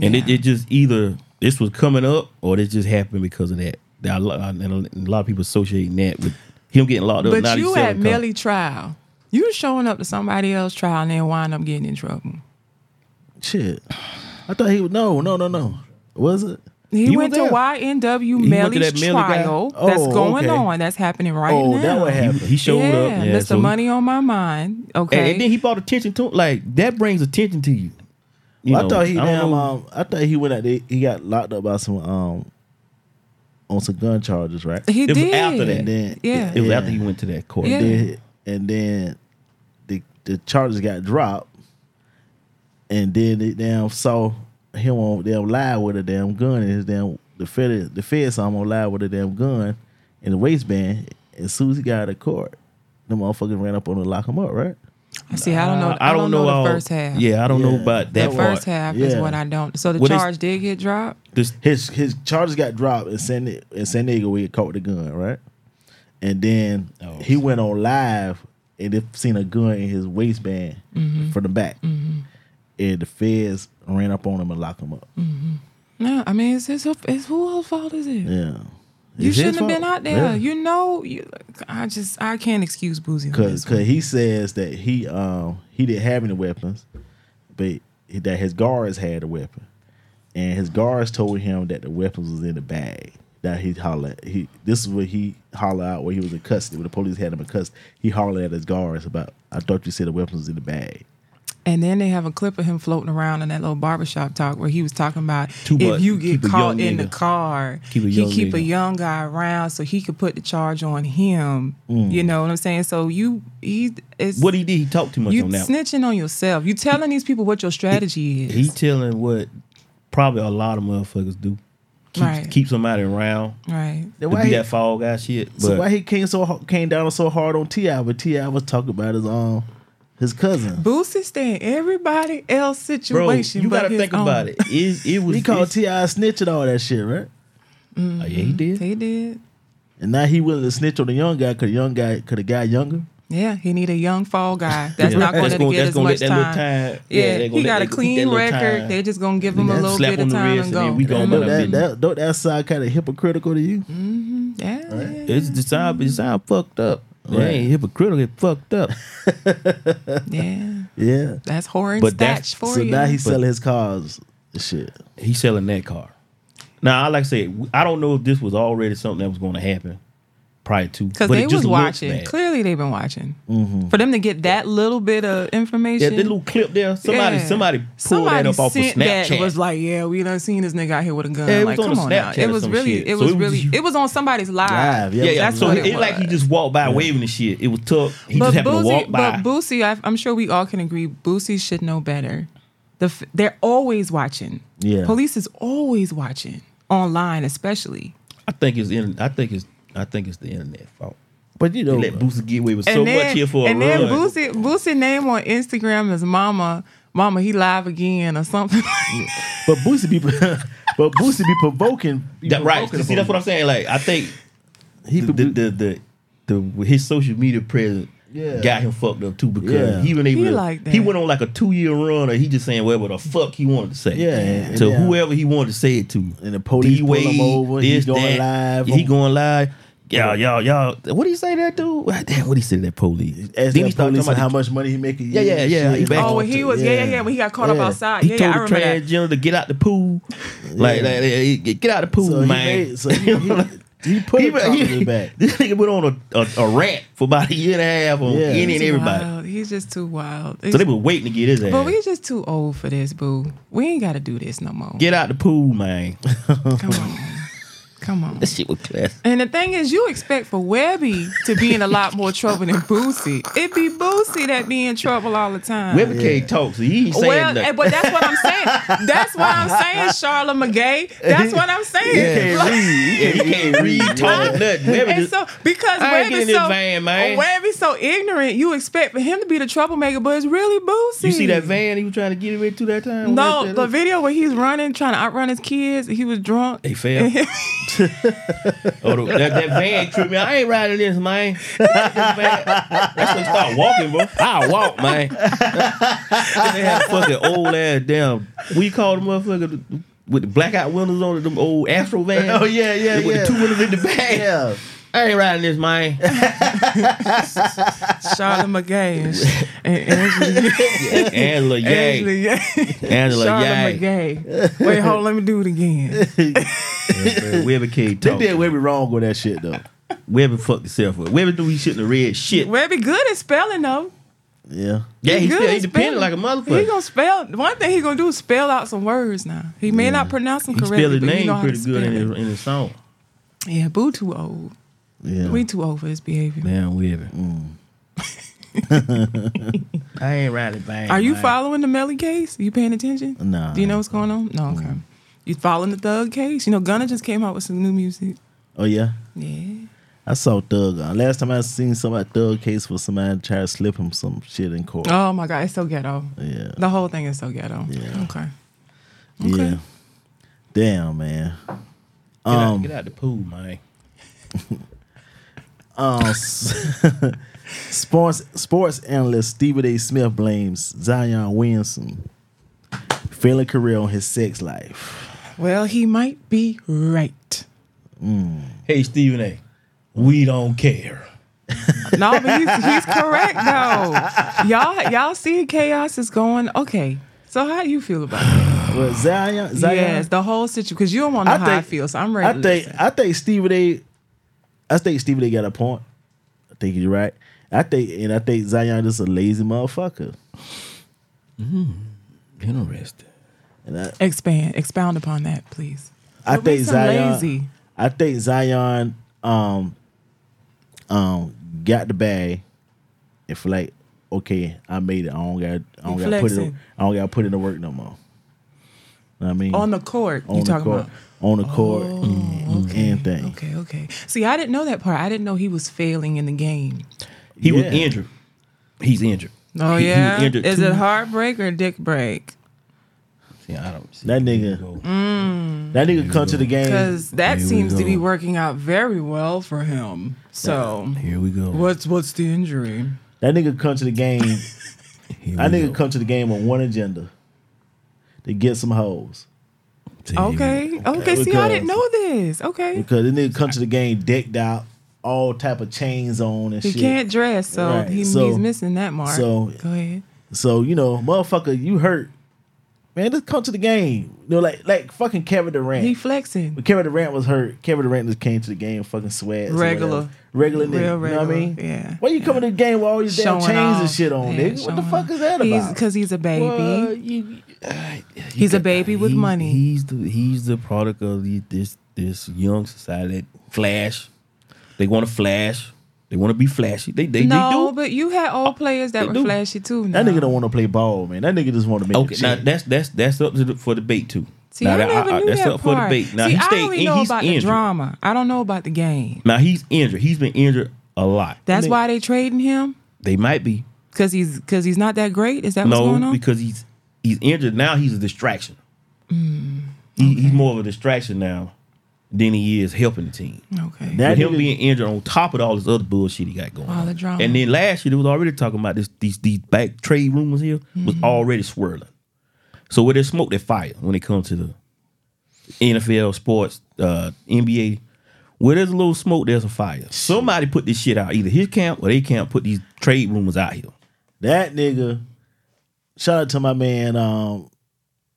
and it, Yeah. it just either this was coming up or this just happened because of that. There are A lot, and a lot of people associating that with him getting locked up. now but he's you selling at cars. Millie trial. You showing up to somebody else's trial and then wind up getting in trouble. Shit. I thought he was no, no, no, no. Was it? He, You went were there. to YNW went to Melly's that Melly guy? trial Oh, that's going okay. on. That's happening right Oh, now. that what He, happened. he showed yeah, up. Yeah, Mr. so- Money on my mind. And, Okay. and then he brought attention to like that brings attention to you. You I know, thought he don't damn. know. Um, I thought he went out. There, he got locked up by some um on some gun charges, right? He It was did. after that. And then Yeah. it was yeah. after he went to that court. Yeah. Then- and then the the charges got dropped, and then they damn saw him on damn live with a damn gun and his damn the fed the fed saw him on live with a damn gun in the waistband. And as soon as he got out of court, the motherfucker ran up on him to lock him up, right? I See, I don't know. Uh, I don't know all- the first half. Yeah, I don't know Yeah. about the that part. first half is Yeah. what I don't. So the Well, they- charge did get dropped. This his his charges got dropped in San Di- in San Diego where he caught the gun, right? And then Oh. he went on live and they seen a gun in his waistband Mm-hmm. from the back, and the feds ran up on him and locked him up. Mm-hmm. No, I mean, it's, it's, it's who whose fault is it? Yeah, You It's his shouldn't have fault. been out there. Yeah. You know, you, I just I can't excuse boozy. on Cause, this one. cause he says that he um he didn't have any weapons, but that his guards had a weapon, and his guards told him that the weapons was in the bag. That he holler he this is where he holler out where he was in custody when the police had him in custody. He hollered at his guards about I thought you said the weapons was in the bag. And then they have a clip of him floating around in that little barbershop talk where he was talking about Too if much. you get Keep a caught young in the nigga. car, Keep a he young keep a nigga. young guy around so he could put the charge on him. You know what I'm saying? So you he is Mm. what he did, he talked too much you on that. one. snitching on yourself. You telling these people what your strategy He is. telling what probably a lot of motherfuckers do. Keep, Right. keep somebody around right. to why be he- that fall guy shit. But so why he came so har- came down so hard on Ti? But Ti was talking about his um his cousin. Boosie stay in everybody else bro, situation. you but gotta his think about own. it. [laughs] It, it was He called it's- Ti a snitch and all that shit, right? Oh, yeah, he did. They did. And now he willing to snitch on the young guy because the young guy could a guy younger. Yeah, he need a young [laughs] fall guy. That's Yeah. not going That's to gonna- get that's as gonna let much that little time. time- yeah, Yeah, they gonna let that- he got a get that clean little record. time. They just gonna give him a Then little slap bit on of the time wrist and and then go. we gone. And might don't not that, be. that don't that sound kind of hypocritical to you? Mm-hmm. Yeah, yeah, It's the sound, it sound fucked up. It Right. ain't hypocritical, it fucked up. yeah. Yeah. That's whore and But that's- statch for so you. now he's selling his cars. and Shit. He's selling that car. Now, I like I said, I don't know if this was already something that was going to happen prior to, because because they it just was looks watching. bad. Mm-hmm. Clearly, they've been watching. For them to get that little bit of Yeah, information. that little clip there, somebody, Yeah. somebody pulled Somebody that up off of sent that, Snapchat. Was like, yeah, we done seen this nigga out here with a gun. Yeah, it like, was on come the on now. Snapchat It or was some really, shit. it So was it was really, you- it was on somebody's live. Live, yeah, yeah, yeah. that's So what it, it, like he was. just walked by waving and shit. It was tough. He just happened to walk by. But Boosie, I, I'm sure we all can agree, Boosie should know better. The f- they're always watching. Yeah. police is always watching online, especially. I think it's in. I think it's. I think it's the internet fault. But you know, They let Boosie get away with so much here for a and run. then Boosie, Boosie name on Instagram is Mama. Mama, he live again or something. [laughs] but Boosie be [laughs] but Boosie be provoking. be That- right. provoking See, that's what I'm saying. Like, [sighs] I think he the the the, the, the- his social media presence Yeah. got him fucked up too because Yeah. he wasn't He able. to- like that. he went on like a two year run, or he just saying whatever the fuck he wanted to say. Yeah, and- to yeah. whoever he wanted to say it to. And the police pull him D-Wade, over, he this, going live that. He on- going live. Y'all, y'all, y'all. What do you say that dude? Damn, what do you say to that police? Ask Then that he police started talking about how the- much money he making. Yeah, yeah, yeah, he back oh, on when he was, yeah, yeah, yeah. When he got caught up Yeah. outside, He Ah, yeah, yeah, told I the remember that. transgender to get out the pool. Like, like, like, get out the pool, So he, man. made, so he, [laughs] he, he put He a cop in his back. [laughs] This nigga went on a, a, a rant for about a year and a half on Yeah. any He's and everybody. wild. He's just too wild. So they were waiting to get his ass. but we just too old for this, boo. We ain't got to do this no more. get out the [laughs] pool, man. Come on, [laughs] come on. that shit was classic. And the thing is, you expect for Webby to be in a lot more trouble than Boosie. It be Boosie that be in trouble all the time. Webber can't talk, so he ain't saying well, eh, nothing. but that's what I'm saying. That's what I'm saying, Charlotte McGay. That's what I'm saying. Like, [laughs] Yeah, he [laughs] can't read, talk, nothing. Webber and just, so because I ain't Webby's getting in so his van, man. Webby's so ignorant, you expect for him to be the troublemaker, but it's really Boosie. you see that van he was trying to get him into that time? No, Where's the that- video where he's running, trying to outrun his kids. He was drunk. [laughs] They fell. oh, the- that, that van tripped me. I ain't riding this, man. This van- That's when you start walking, bro. I walk, man. they had a fucking old ass damn. We call the motherfucker the- with the blackout windows on it, them old Astro van. Oh yeah, yeah, With yeah. the two windows in the back. yeah. I ain't riding this, man. Charlotte McGay [laughs] and, sh- and Angela Angela Angela Yay. Yee. Angela Charlotte Yay. McGay. Wait, hold. Let me do [laughs] it again. Webber can't They talk. did way wrong with that shit though. Webber fucked himself up. Webber do he shouldn't have read shit. Webby good at spelling though. Yeah. Yeah, he's good still at independent like a spelling. motherfucker. He gonna spell. One thing he gonna do is spell out some words now. He may not pronounce them he correctly, spelled his but he name know how to pretty spell good in his, it. in his song. Yeah, boo too old. Yeah. We too old for this behavior. Damn Weaver. Mm. [laughs] I ain't riding bang. Are you following the Melly case? you paying attention? Nah. Do you know what's going on? No. Okay. Mm. You following the Thug case? You know, Gunna just came out with some new music. Oh yeah. Yeah. I saw Thug. uh, Last time I seen somebody Thug case for somebody trying to slip him some shit in court. Oh my God, it's so ghetto. Yeah. The whole thing is so ghetto. Yeah. Okay. Yeah. Damn, man. Get, out, get out the pool, man. Uh, sports [laughs] sports analyst Stephen A. Smith blames Zion Williamson failing career on his sex life. Well, he might be right. Hey, Stephen A. We don't care. No, but he's, he's correct though. Y'all, y'all see chaos is going. Okay, so how do you feel about it? [sighs] Well, Zion, Zion. Yes, the whole situation. Because you don't want to know how I feel, so I'm ready. I to think listen. I think Stephen A. I think Stephen A. got a point. I think you're right. I think and I think Zion is a lazy motherfucker. Interesting. And I, expand, expound upon that, please. I What think makes him Zion. lazy? I think Zion um um got the bag and feel like okay I made it. I don't got I don't He got to put it. flexing. I don't got to put in the work no more. Know what I mean On the court, On you the talking court about? Oh, on the court Mm, and, and thing. Okay, okay. See, I didn't know that part. I didn't know he was failing in the game. He Yeah. was injured. He's injured. Oh He- he was yeah, injured is too. it heartbreak or dick break? See, I don't see That nigga- That nigga come to the game. Because that Here we seems to be go. working out very well for him. So Here we go. what's what's the injury? That nigga come to the game. Here that we nigga go. come to the game on one agenda. To get some hoes. See, here we go. Okay, okay. See, I didn't Because- know this. Okay, Because this nigga come to the game decked out, all type of chains on and he shit. can't dress, so, Right, he, so- he's missing that mark. so- go ahead. So you know, motherfucker, you hurt. Man, just come to the game. You know, like like fucking Kevin Durant. He flexing. when Kevin Durant was hurt, Kevin Durant just came to the game, fucking sweat. Regular. regular Real nigga. You know what I regular, mean? yeah, Why you coming to the game with all your damn Showing chains and off. shit on, Yeah, nigga? What the showing fuck off. is that He's about? because he's a baby. Well, you- He's a baby with He- money. He's the he's the product of the, this this young society that flash. They want to flash. They want to be flashy. They they, no, they do. but you had old players that They were do. flashy too. Now. that nigga don't want to play ball, man. That nigga just want to make. Okay, a now check. that's that's that's up to the, for debate too. See, now I that- never knew that's that up part. for debate. Now See, he I stayed only know he's about injured. the drama. I don't know about the game. Now he's injured. He's been injured a lot. That's Nigga. why they trading him They might be because he's because he's not that great. Is that what's going no on? because he's he's injured now. He's a distraction. Hmm, He, he's more of a distraction now than he is helping the team. okay. That With him nigga- being injured on top of all this other bullshit he got going All on. the drama. And then last year they was already talking about this these these back trade rumors here was Mm-hmm. already swirling. So where there's smoke, there's fire when it comes to the NFL sports, uh, NBA. Where there's a little smoke, there's a fire. Somebody put this shit out. Either his camp or they can't put these trade rumors out here. That nigga. Shout out to my man, um,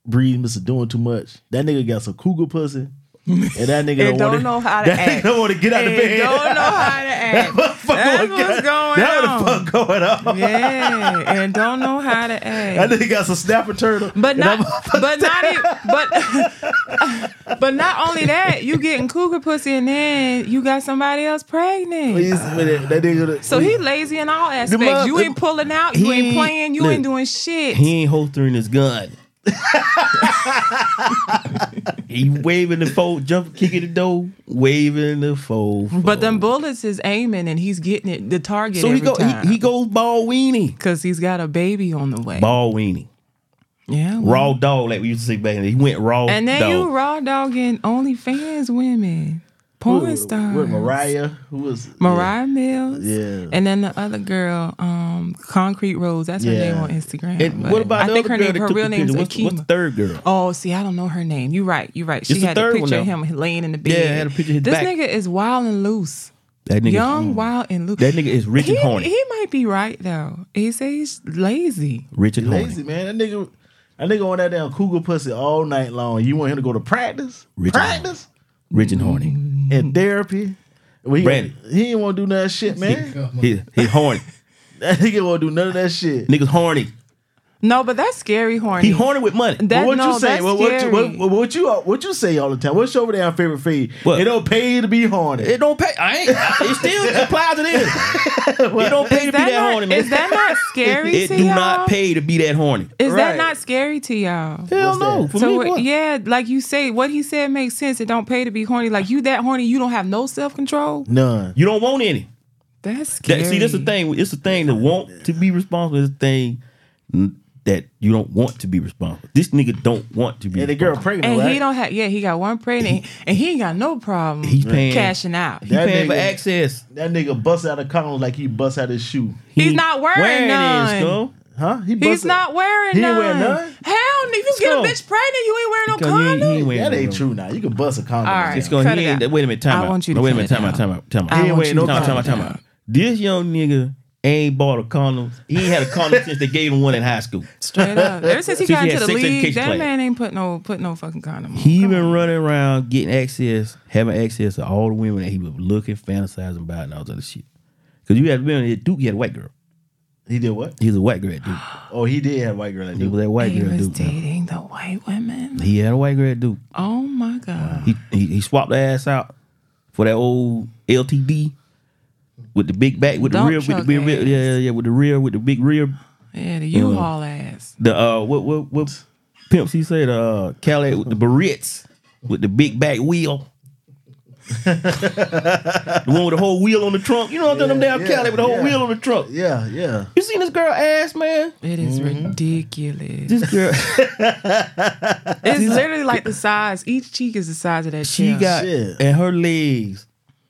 Breeze, Mister Doing Too Much. That nigga got some cougar pussy, and that nigga [laughs] They don't, don't want [laughs] know how to that act. nigga don't want to get out of They bed. [laughs] don't know how to act. That's what's going that on. what the fuck going on? yeah, and don't know how to That act. nigga got some snapper turtle. But not, but not, it, but, but [laughs] not only that, you getting cougar pussy, and then you got somebody else pregnant. Please, with it, that nigga. So he lazy in all aspects. mother- you ain't pulling out. You He ain't ain't- playing. You look, ain't doing shit. He ain't holstering his gun. he waving the fold, jump, kicking the door, waving the fold. but them fold. bullets is aiming, and he's getting it the target. So every he go time. he, he goes ball weenie. because he's got a baby on the way. Ball weenie. Yeah, well. Raw dog like we used to say back then. He went raw Mm. And then dog. you raw dogging OnlyFans women, porn stars, With Mariah, who was Mariah Mills, Yeah. and then the other girl, um, Concrete Rose. That's her Yeah. name on Instagram. and but what about I the think other her girl name? that Her took real the name's picture? What's, what's the Akima. third girl? Oh, see, I don't know her name. You right, you right. She It's the had a third one picture of now. him laying in the bed. Yeah, had a picture of his this back. nigga is wild and loose, That nigga mm. young, wild and loose. That nigga is rich he, and horny. He might be right though. He says he's lazy. rich and lazy horny. man. That nigga, that nigga on that damn cougar pussy all night long. You want him to go to practice, Rich practice, Rich and horny. and therapy. Well, he, Brandon. he ain't want to do none of that shit, man. He, he horny. [laughs] That nigga won't do none of that shit. Niggas horny. No, but that's scary horny. He horny with money. That- what no, you say? that's What, what, you, scary. what, what, what you what you say all the time? What's your damn favorite feed? What? It don't pay you to be horny. it don't pay. I ain't. I- It still applies to this. [laughs] It don't pay to be is, that that horny, not, man. is that [laughs] not scary it to do y'all? not pay to be that horny. Is Right. that not scary to y'all? Hell What's no. that? For So me, it- what? yeah, like you say, what he said makes sense. It don't pay to be horny. Like you that horny, you don't have no self control. None. You don't want any. That's That- scary. see, this is the thing. It's the thing to want to be responsible. It's the thing that you don't want to be responsible. This nigga don't want to be. And the girl responsible. pregnant, And right? he don't have. Yeah, he got one pregnant, and he ain't got no problem. He's paying- cashing out. He That paying for nigga- access. that nigga bust out of condoms like he bust out his shoe. He's He not wearing none. it, Skull. Huh? He bust He's it. not wearing He none. ain't wearing none? Hell, no, if you get go. a bitch pregnant, you ain't Because he ain't- he wearing no condom. ain't wearing That no ain't condom. true. Now you can bust a condom. All right. It's going. Cut He it ain't, out. wait a minute. Time I out. want you to no, wait a cut minute. it Time out. out. Time out. Time out. I He ain't want wearing you no to condom. cut Time out. it Time out. out. This young nigga ain't bought a condom. He ain't had a condom since they gave him one in high school. [laughs] Straight up. Ever since he Since got he into had the sex league, education that class. man ain't put no put no fucking condom. on. He Come been on. running around getting access, having access to all the women that he was looking, fantasizing about, and all that other shit. Because you had women at Duke, you had a white girl. He did what? He was a white girl at Duke. Oh, he did have a white girl that [gasps] He dude. was that white He girl at was Duke. man. dating the white women. He had a white girl at Duke. Oh my god. He he, he swapped the ass out for that old LTD with the big back, with Dump the rear, with the truck big rear, ass. yeah, yeah, yeah, with the rear, with the big rear. Yeah, the U-Haul ass. The uh, what what what pimps he said uh, Cali with the barrettes with the big back wheel. [laughs] the one with the whole wheel on the trunk. You know what I'm talking about? Them damn yeah, Cali with the whole yeah. wheel on the trunk. Yeah, yeah. You seen this girl ass, man? It is Mm-hmm. ridiculous. This girl, [laughs] It's literally like the size. Each cheek is the size of that she chair. got, Shit. and her legs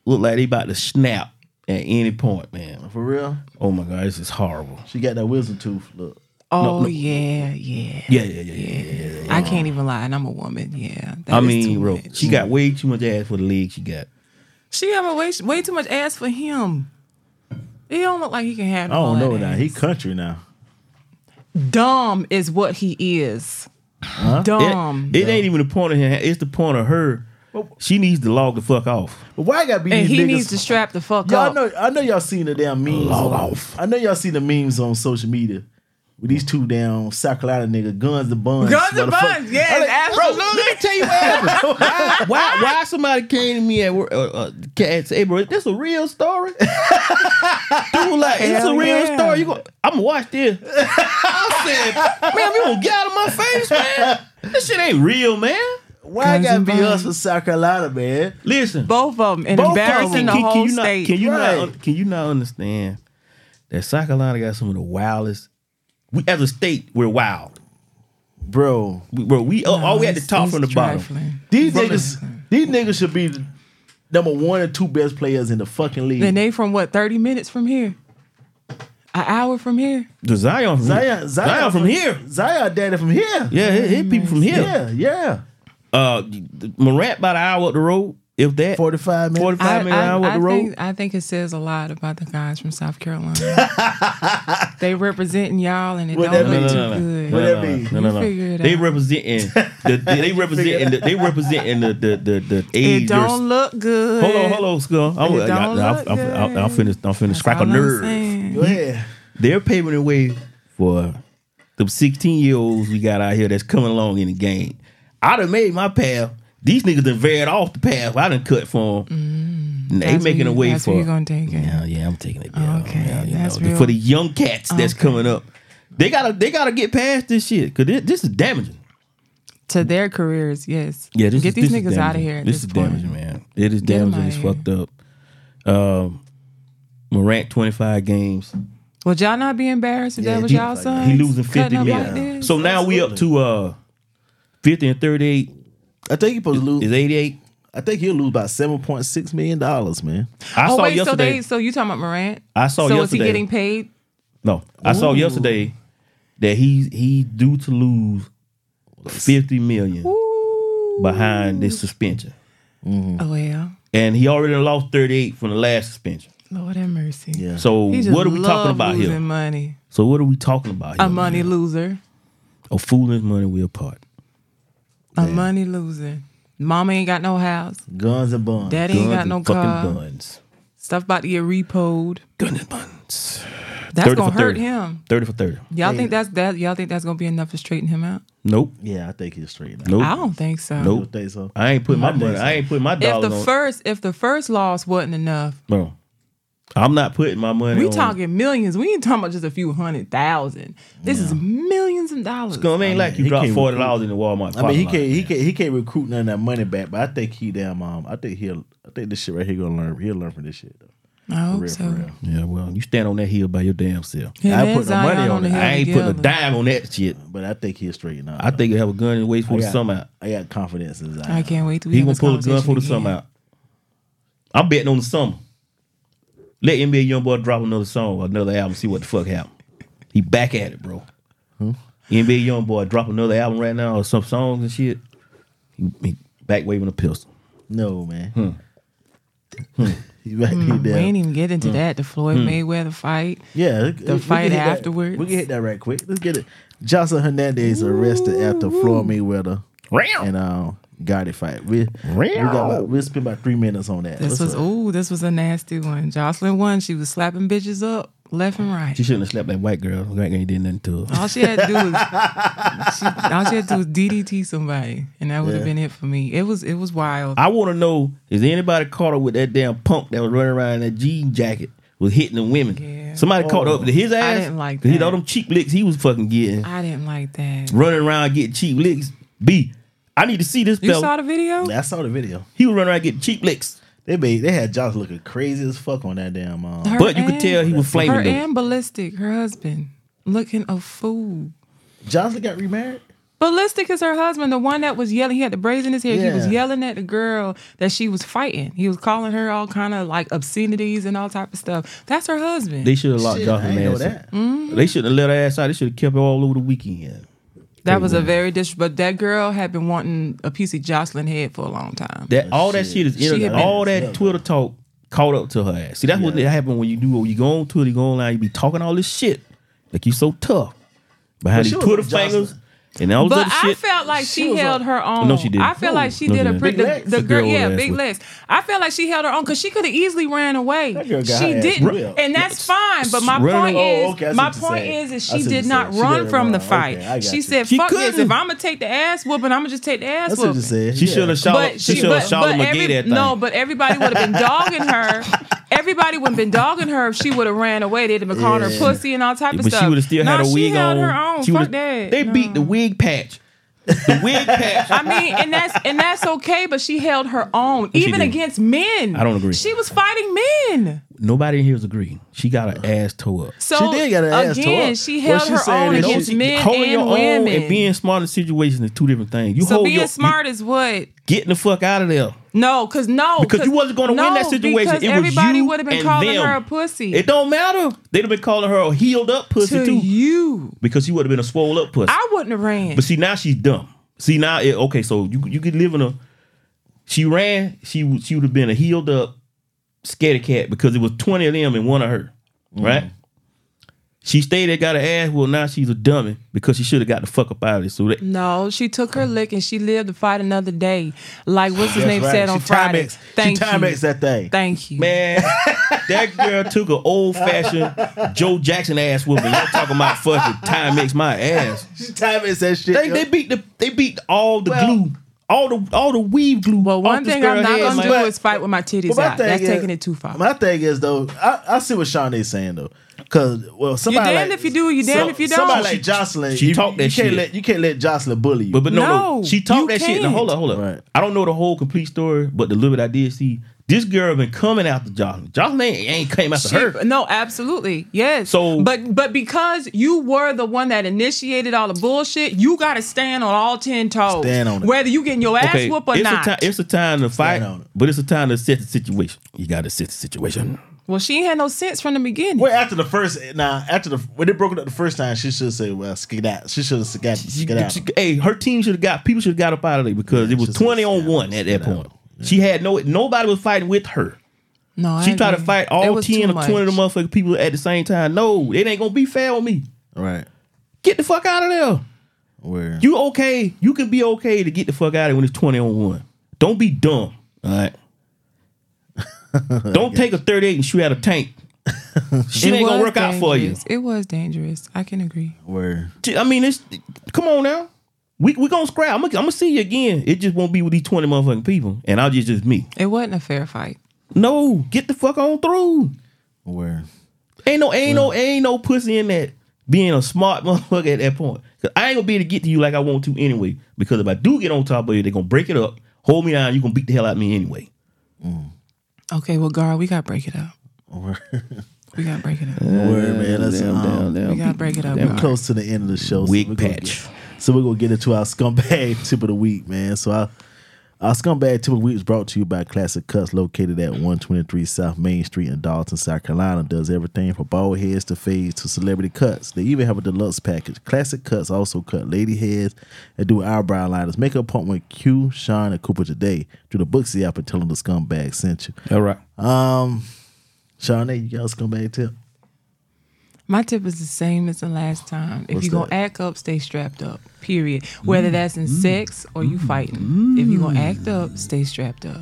look like they about to snap at any point, man. For real? Oh my God, this is horrible. She got that wisdom tooth. Look. oh no. yeah, yeah, Yeah, yeah, yeah, yeah. yeah, yeah, yeah. I can't even lie, and I'm a woman. Yeah, that I is mean, too bro, much. she got way too much ass for the leg she got. She have a way way too much ass for him. He don't look like he can I handle. all don't know Oh, that now. ass. He country now. dumb is what he is. It, Dumb. it ain't even the point of him. It's the point of her. She needs to log the fuck off. But why gotta be and these he niggas? needs to strap the fuck Y'all up. know, I know y'all seen the damn memes. Log on- off. I know y'all seen the memes on social media with these two down South Carolina nigga, guns the buns. Guns and motherfucker. buns, yes, absolutely. Let me tell you what [laughs] happened. why, why, why somebody came to me at work uh, uh, and said, hey, bro, this a real [laughs] story? Dude, like, it's a Hell real yeah. story. You go, I'm going to watch this. I said, man, you going to get out of my face, man. This shit ain't real, man. Why Guns gotta and be us buns. for South Carolina, man? Listen. both of them and Both of 'em. embarrassing the can, whole can you state. Not, can you Right. not? un- Can you not understand that South Carolina got some of the wildest? We as a state, we're wild. Bro, We, bro, we uh, all we had It's- to talk it's from the bottom. trifling. these niggas, these niggas should be the number one or two best players in the fucking league. Then they from what? Thirty minutes from here, an hour from here. The Zion, from Zion, Zion, from here. Zion daddy from here. Yeah, hit, hit people from here. yeah, yeah. Uh, the- Morant about an hour up the road, if that. Forty five minutes. Forty- Five I, minute I- hour up I the road. think, I think it says a lot about the guys from [laughs] South Carolina. they representing y'all, and it What don't that look mean? too No, no, good. no, What no, that mean? no, no, no. You figure it They out. [laughs] representing the they representing the, they representing the the the, the age. It or- don't look good. Hold on, hold on, Skull. I'm, It I, don't I, look I'm, I'm, I'm good. finished. I'm finished. That's Strike a all I'm nerve. saying. Go ahead. they're paving the way for the 16 year olds we got out here that's coming along in the game. I done made my path. These niggas done veered off the path. I done cut for them. And they Mm. That's making where a you- way that's for where you gonna take it. Yeah, yeah, I'm taking it. Yeah, Okay, yeah, you that's know, real. for the young cats that's Okay. coming up. They gotta they gotta get past this shit because this, this is damaging. to their careers. Yes. Yeah, this get is, these this is niggas out of damaging. here. At This, this, is point. damaging, man. It is 'em damaging. outta It's here. fucked up. Um, Morant 25 games. Would y'all not be embarrassed if Yeah, that was he- y'all son? He losing 50 Uh, Cutting up million. like this? so now we up to uh 50 and 38 I think he supposed to lose. is 88. I think he'll lose about seven point six million dollars, man. I oh saw wait, so yesterday. they so you talking about Morant? I saw so is he yesterday. getting paid? no, I saw yesterday that he's he's due to lose 50 million behind this suspension. Mm. Oh well, And he already lost 38 from the last suspension. Lord have mercy. Yeah. So He just what are we talking love about losing here? Money, So what are we talking about here? a money man? loser, A fool and money we apart. a money loser. Mama ain't got no house. Guns and buns. Daddy ain't Guns got and no fucking car. buns. Stuff about to get repoed. Gun and buns. That's 30 gonna for hurt 30. him. Thirty for thirty. Y'all think that's that? Y'all think that's gonna be enough to straighten him out? Nope. Yeah, I think he's straight. Now. Nope. I don't think so. You Nope. don't think so? I ain't put my I think money. so. I ain't put my If dollars the on. first, if the first loss wasn't enough, bro, I'm not putting my money. we on, talking millions. We ain't talking about just a few hundred thousand. This is millions of dollars. Scum ain't like you he dropped can't forty dollars in the Walmart. I mean, he parking lot. can't. He can't. He can't recruit none of that money back. But I think he damn. Um, I think he'll. I think this shit right here gonna learn. He'll learn from this shit though. I For hope real, so. for real. Yeah, well, you stand on that hill by your damn self. Him I and ain't putting no Zion money on on the it. hill I ain't putting a together. dime on that shit. But I think he'll straighten out. I think he'll have a gun and wait for the sum out. I got confidence in Zion. I can't wait to. He gonna pull a gun for the sum out. I'm betting on the summer. Let NBA YoungBoy drop another song or another album. See what the fuck happened. He back at it, bro. NBA YoungBoy drop another album right now or some songs and shit. He, he back waving a pistol. No man. Hmm. [laughs] He right there. Hmm, We ain't even get Mm. into that. The Floyd Mayweather fight. Yeah, we- we can fight hit that- afterwards. we can hit that right quick. Let's get it. Johnson Hernandez arrested after Floyd Mayweather and uh, Gotti fight. We we got about, we'll spend about three minutes on that. This What's was up? ooh, this was a nasty one. Jocelyn won. She was slapping bitches up left and right. She shouldn't have slapped that white girl. That ain't did nothing to her. All she had to do was [laughs] she, all she had to do was DDT somebody, and that would have been it for me. It was it was wild. I want to know is anybody caught up with that damn punk that was running around in that jean jacket was hitting the women? Yeah. Oh, Somebody caught up to his ass. didn't like He that. all them cheap licks he was fucking getting, I didn't like that. running around getting cheap licks. B, I need to see this You fella. saw the video? I saw the video. he was running around getting cheap licks, They made they had Johnson looking crazy as fuck on that damn. Um, Her but you could and- tell he was her flaming though. and ballistic, her husband, looking a fool. Johnson got remarried. Ballistic is her husband, the one that was yelling. He had the braids in his hair. He was Yeah. yelling at the girl that she was fighting. He was calling her all kind of like obscenities and all type of stuff. That's her husband. They should have locked Shit, I Jocelyn ain't know ass. that. Out. Mm, They should have let her ass out. They should have kept her all over the weekend. that was a very dis. But that girl had been wanting a piece of Jocelyn head for a long time. That Oh, all that shit is She had internet. been- All that Twitter talk caught up to her ass. See, that's what what happened when you do when you go on Twitter, you go online, you be talking all this shit. Like you so tough. Behind she these was Twitter on Jocelyn. fingers and all this But other I shit. felt like she, She was held on- her own. No, she didn't. I felt like she No, did she a didn't. pretty Big the, legs. the The girl, girl yeah, was big with- legs. I felt like she held her own because she could have easily ran away. That girl got She her ass didn't, whipped. and that's fine. But my Running point away. is, Oh, okay, I see my what you're point saying. is I that see she what you're did not saying. She run let it from the run. fight. Okay, I got she you. said, She "Fuck this. If couldn't. I'm gonna take the ass whooping, I'm gonna just take the ass That's what whooping." you said. She yeah. should have shot. But She she, should have but, shot but him every, that thing. no, but everybody would have been dogging her. Everybody would have been dogging her if she would have ran away. They'd have been calling her pussy and all type of but stuff. she would have still had no, a she wig held on. her own. She Fuck would've- that. They No. beat the wig patch. The wig [laughs] patch. I mean, and that's and that's okay, but she held her own, even didn't. against men. I don't agree. She was fighting men. Nobody in here is agreeing. She got her ass tore up. So She did get her ass tore again, up. she What held she her saying own is against she- men holding and your women. own and being smart in situations is two different things. You so hold being your, smart is what. you getting the fuck out of there. No, because no, Because you wasn't gonna win no, that situation. Because It was everybody you would have been and calling them. her a pussy. It don't matter. They'd have been calling her a healed up pussy to too. you, Because you would have been a swole up pussy. I wouldn't have ran. But see now she's dumb. See now it, okay, so you you could live in a she ran, she would- she would have been a healed up scaredy cat because it was 20 of them and one of her. Right? She stayed there, got her ass. Well, now she's a dummy because she should have got the fuck up out of it. So that, No, she took her lick and she lived to fight another day. Like what's his name That's said right. on she Friday. Timex, Thank she you. Timex that thing. Thank you. man, that girl took an old fashioned Joe Jackson ass whooping. Y'all talking about fucking time makes my ass. She Timex that shit. They, yo. they beat the they beat all the Well- glue, all the all the weave glue. Well, one off this thing I'm girl not head, gonna man. do is fight with my titties Well, my out. That's thing is- taking it too far. My thing is though, I, I see what Sean is saying though, because well, you somebody damned like, if you do, you damned some- if you don't. Somebody like Jocelyn, she you, talked that you can't shit. Let, you can't let Jocelyn bully you. But but no, no, No, she talked you that shit. Now, hold up, can't. hold up. Right. I don't know the whole complete story, but the little bit I did see, this girl been coming after Jocelyn. Jocelyn ain't, ain't came after She- her. no, absolutely, yes. So- but but because you were the one that initiated all the bullshit, you got to stand on all ten toes. Stand on it. Whether you getting your ass Okay, whooped or it's not. a time. It's a time to fight, on it. but it's a time to assess the situation. You got to assess the situation. well, she ain't had no sense from the beginning. well, after the first now, after the when they broke it up the first time, she should say, "Well, skid out." She should have got She- skid out. she- hey, her team should have got people should have got up out of there because it was just twenty on scattered, one at that scattered. point. She had no nobody was fighting with her. no, I She tried to agree. fight It all was ten too or twenty of the much. motherfucking people at the same time. No, it ain't gonna be fair on me. Right Get the fuck out of there. where You okay? You can be okay to get the fuck out of it when it's twenty on one. Don't [laughs] be dumb. All right. Don't take a thirty eight and shoot at a tank. Shit It ain't gonna was work out for you. dangerous. It was dangerous. I can agree. Word. I mean, it's come on now. We we gonna scrap. I'm gonna, I'm gonna see you again. It just won't be with these twenty motherfucking people, and I'll just just me. It wasn't a fair fight. No, get the fuck on through. Word. Ain't no ain't no ain't no pussy in that being a smart [laughs] motherfucker at that point. Cause I ain't gonna be able to get to you like I want to anyway. Because if I do get on top of you, they're gonna break it up, hold me down. You gonna beat the hell out of me anyway. Okay, well, Gar, we gotta break [laughs] it up. Word. We gotta break it up. Word, man. That's um, we gotta break it up. We're Gar. close to the end of the show. so Wig we're gonna patch. get- so we're gonna get into our [laughs] scumbag tip of the week, man. So our our scumbag tip of the week is brought to you by Classic Cuts, located at 123 South Main Street in Dalton, South Carolina. Does everything from bald heads to fades to celebrity cuts. They even have a deluxe package. Classic Cuts also cut lady heads and do eyebrow liners. Make an appointment with Q, Sean, and Cooper today through the Booksy app and tell them the scumbag sent you. All right. Um, Sean, you got a scumbag tip? My tip is the same as the last time. If What's you're gonna that? Mm, act up, stay strapped up. Period. Whether that's in sex or you fighting. If you're gonna act up, stay strapped up.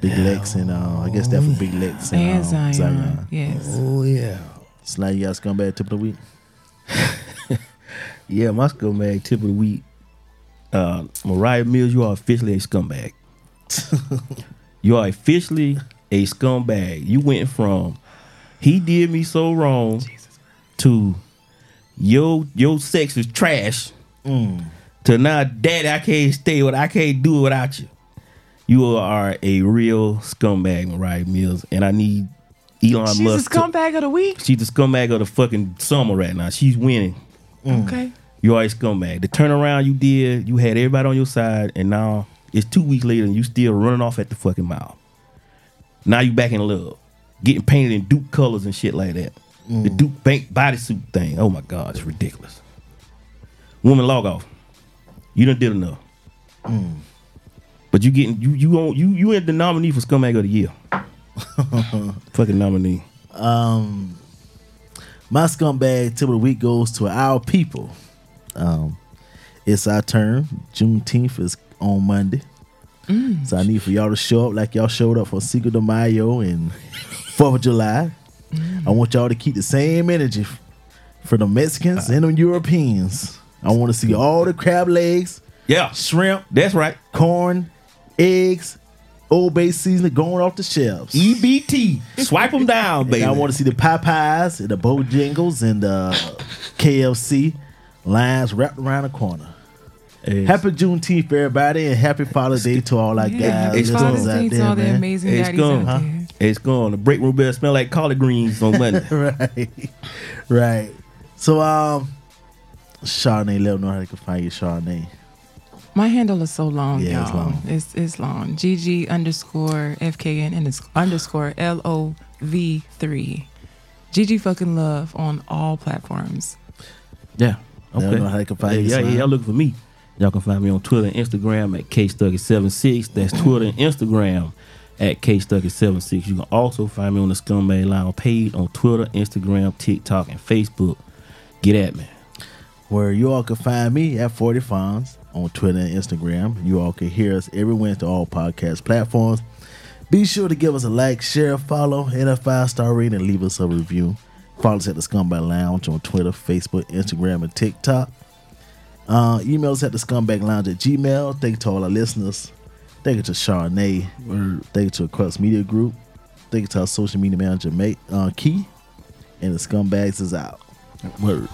Big Lex and uh, I guess that for Big Lex and, And um, Zion. Zion. Yes. Oh yeah. So now you got scumbag tip of the week. Yeah, my scumbag tip of the week. Uh, Mariah Mills, you are officially a [laughs] scumbag. you are officially a scumbag. You went from he did me so wrong to yo your sex is trash Mm. to now daddy I can't stay with I can't do it without you. You are a real scumbag, Mariah Mills, and I need Elon She's Musk. a to- scumbag of the week. she's the scumbag of the fucking summer right now. She's winning. Mm. Okay. You always scumbag. The turnaround you did, you had everybody on your side, and now it's two weeks later and you still running off at the fucking mouth. Now you back in love. Getting painted in Duke colors and shit like that. The Mm. Duke Bank bodysuit thing. Oh my God, it's ridiculous. Woman log off. You done did enough. Mm. But you getting you you on you you in the nominee for scumbag of [laughs] the year. fucking nominee. My scumbag tip of the week goes to our people. Um, it's our turn. Juneteenth is on Monday. So I need for y'all to show up like y'all showed up for Cinco de Mayo and [laughs] Fourth of July. I want y'all to keep the same energy f- for the Mexicans and the Europeans. I want to see all the crab legs, Yeah. shrimp, That's right. corn, eggs, old bay seasoning going off the shelves. EBT. E Swipe them down, baby. And I want to see the Popeyes and the Bojangles and the KFC lines wrapped around the corner. Yes. Happy Juneteenth, everybody, and happy Father's Day to all our Yeah. guys. It's listeners Father's out Day to there, all the man. amazing It's daddies gone, out huh? there. It's gone. The break room bell smell like collard greens on Monday. [laughs] Right, right. So, um, Charnay, let them know how they can find you, Charnay. My handle is so long, Yeah, y'all. it's long. It's it's long. GG underscore FKN and it's underscore L O V three. GG fucking love on all platforms. [laughs] Yeah. don't know how they can find you, yeah, yeah, son. y'all looking for me. Y'all can find me on Twitter and Instagram at KStucky76. That's Twitter and Instagram at KStucky76. You can also find me on the Scumbag Lounge page on Twitter, Instagram, TikTok, and Facebook. Get at me. where you all can find me at 40 Fonz on Twitter and Instagram. You all can hear us every Wednesday on all podcast platforms. Be sure to give us a like, share, follow, and a five star rating, and leave us a review. Follow us at the Scumbag Lounge on Twitter, Facebook, Instagram, and TikTok. Uh, email us at the Scumbag Lounge at Gmail. Thank you to all our listeners. Thank you to Charnay. Thank you to Across Media Group. Thank you to our social media manager, Mate uh, Key. And the Scumbags is out. Word.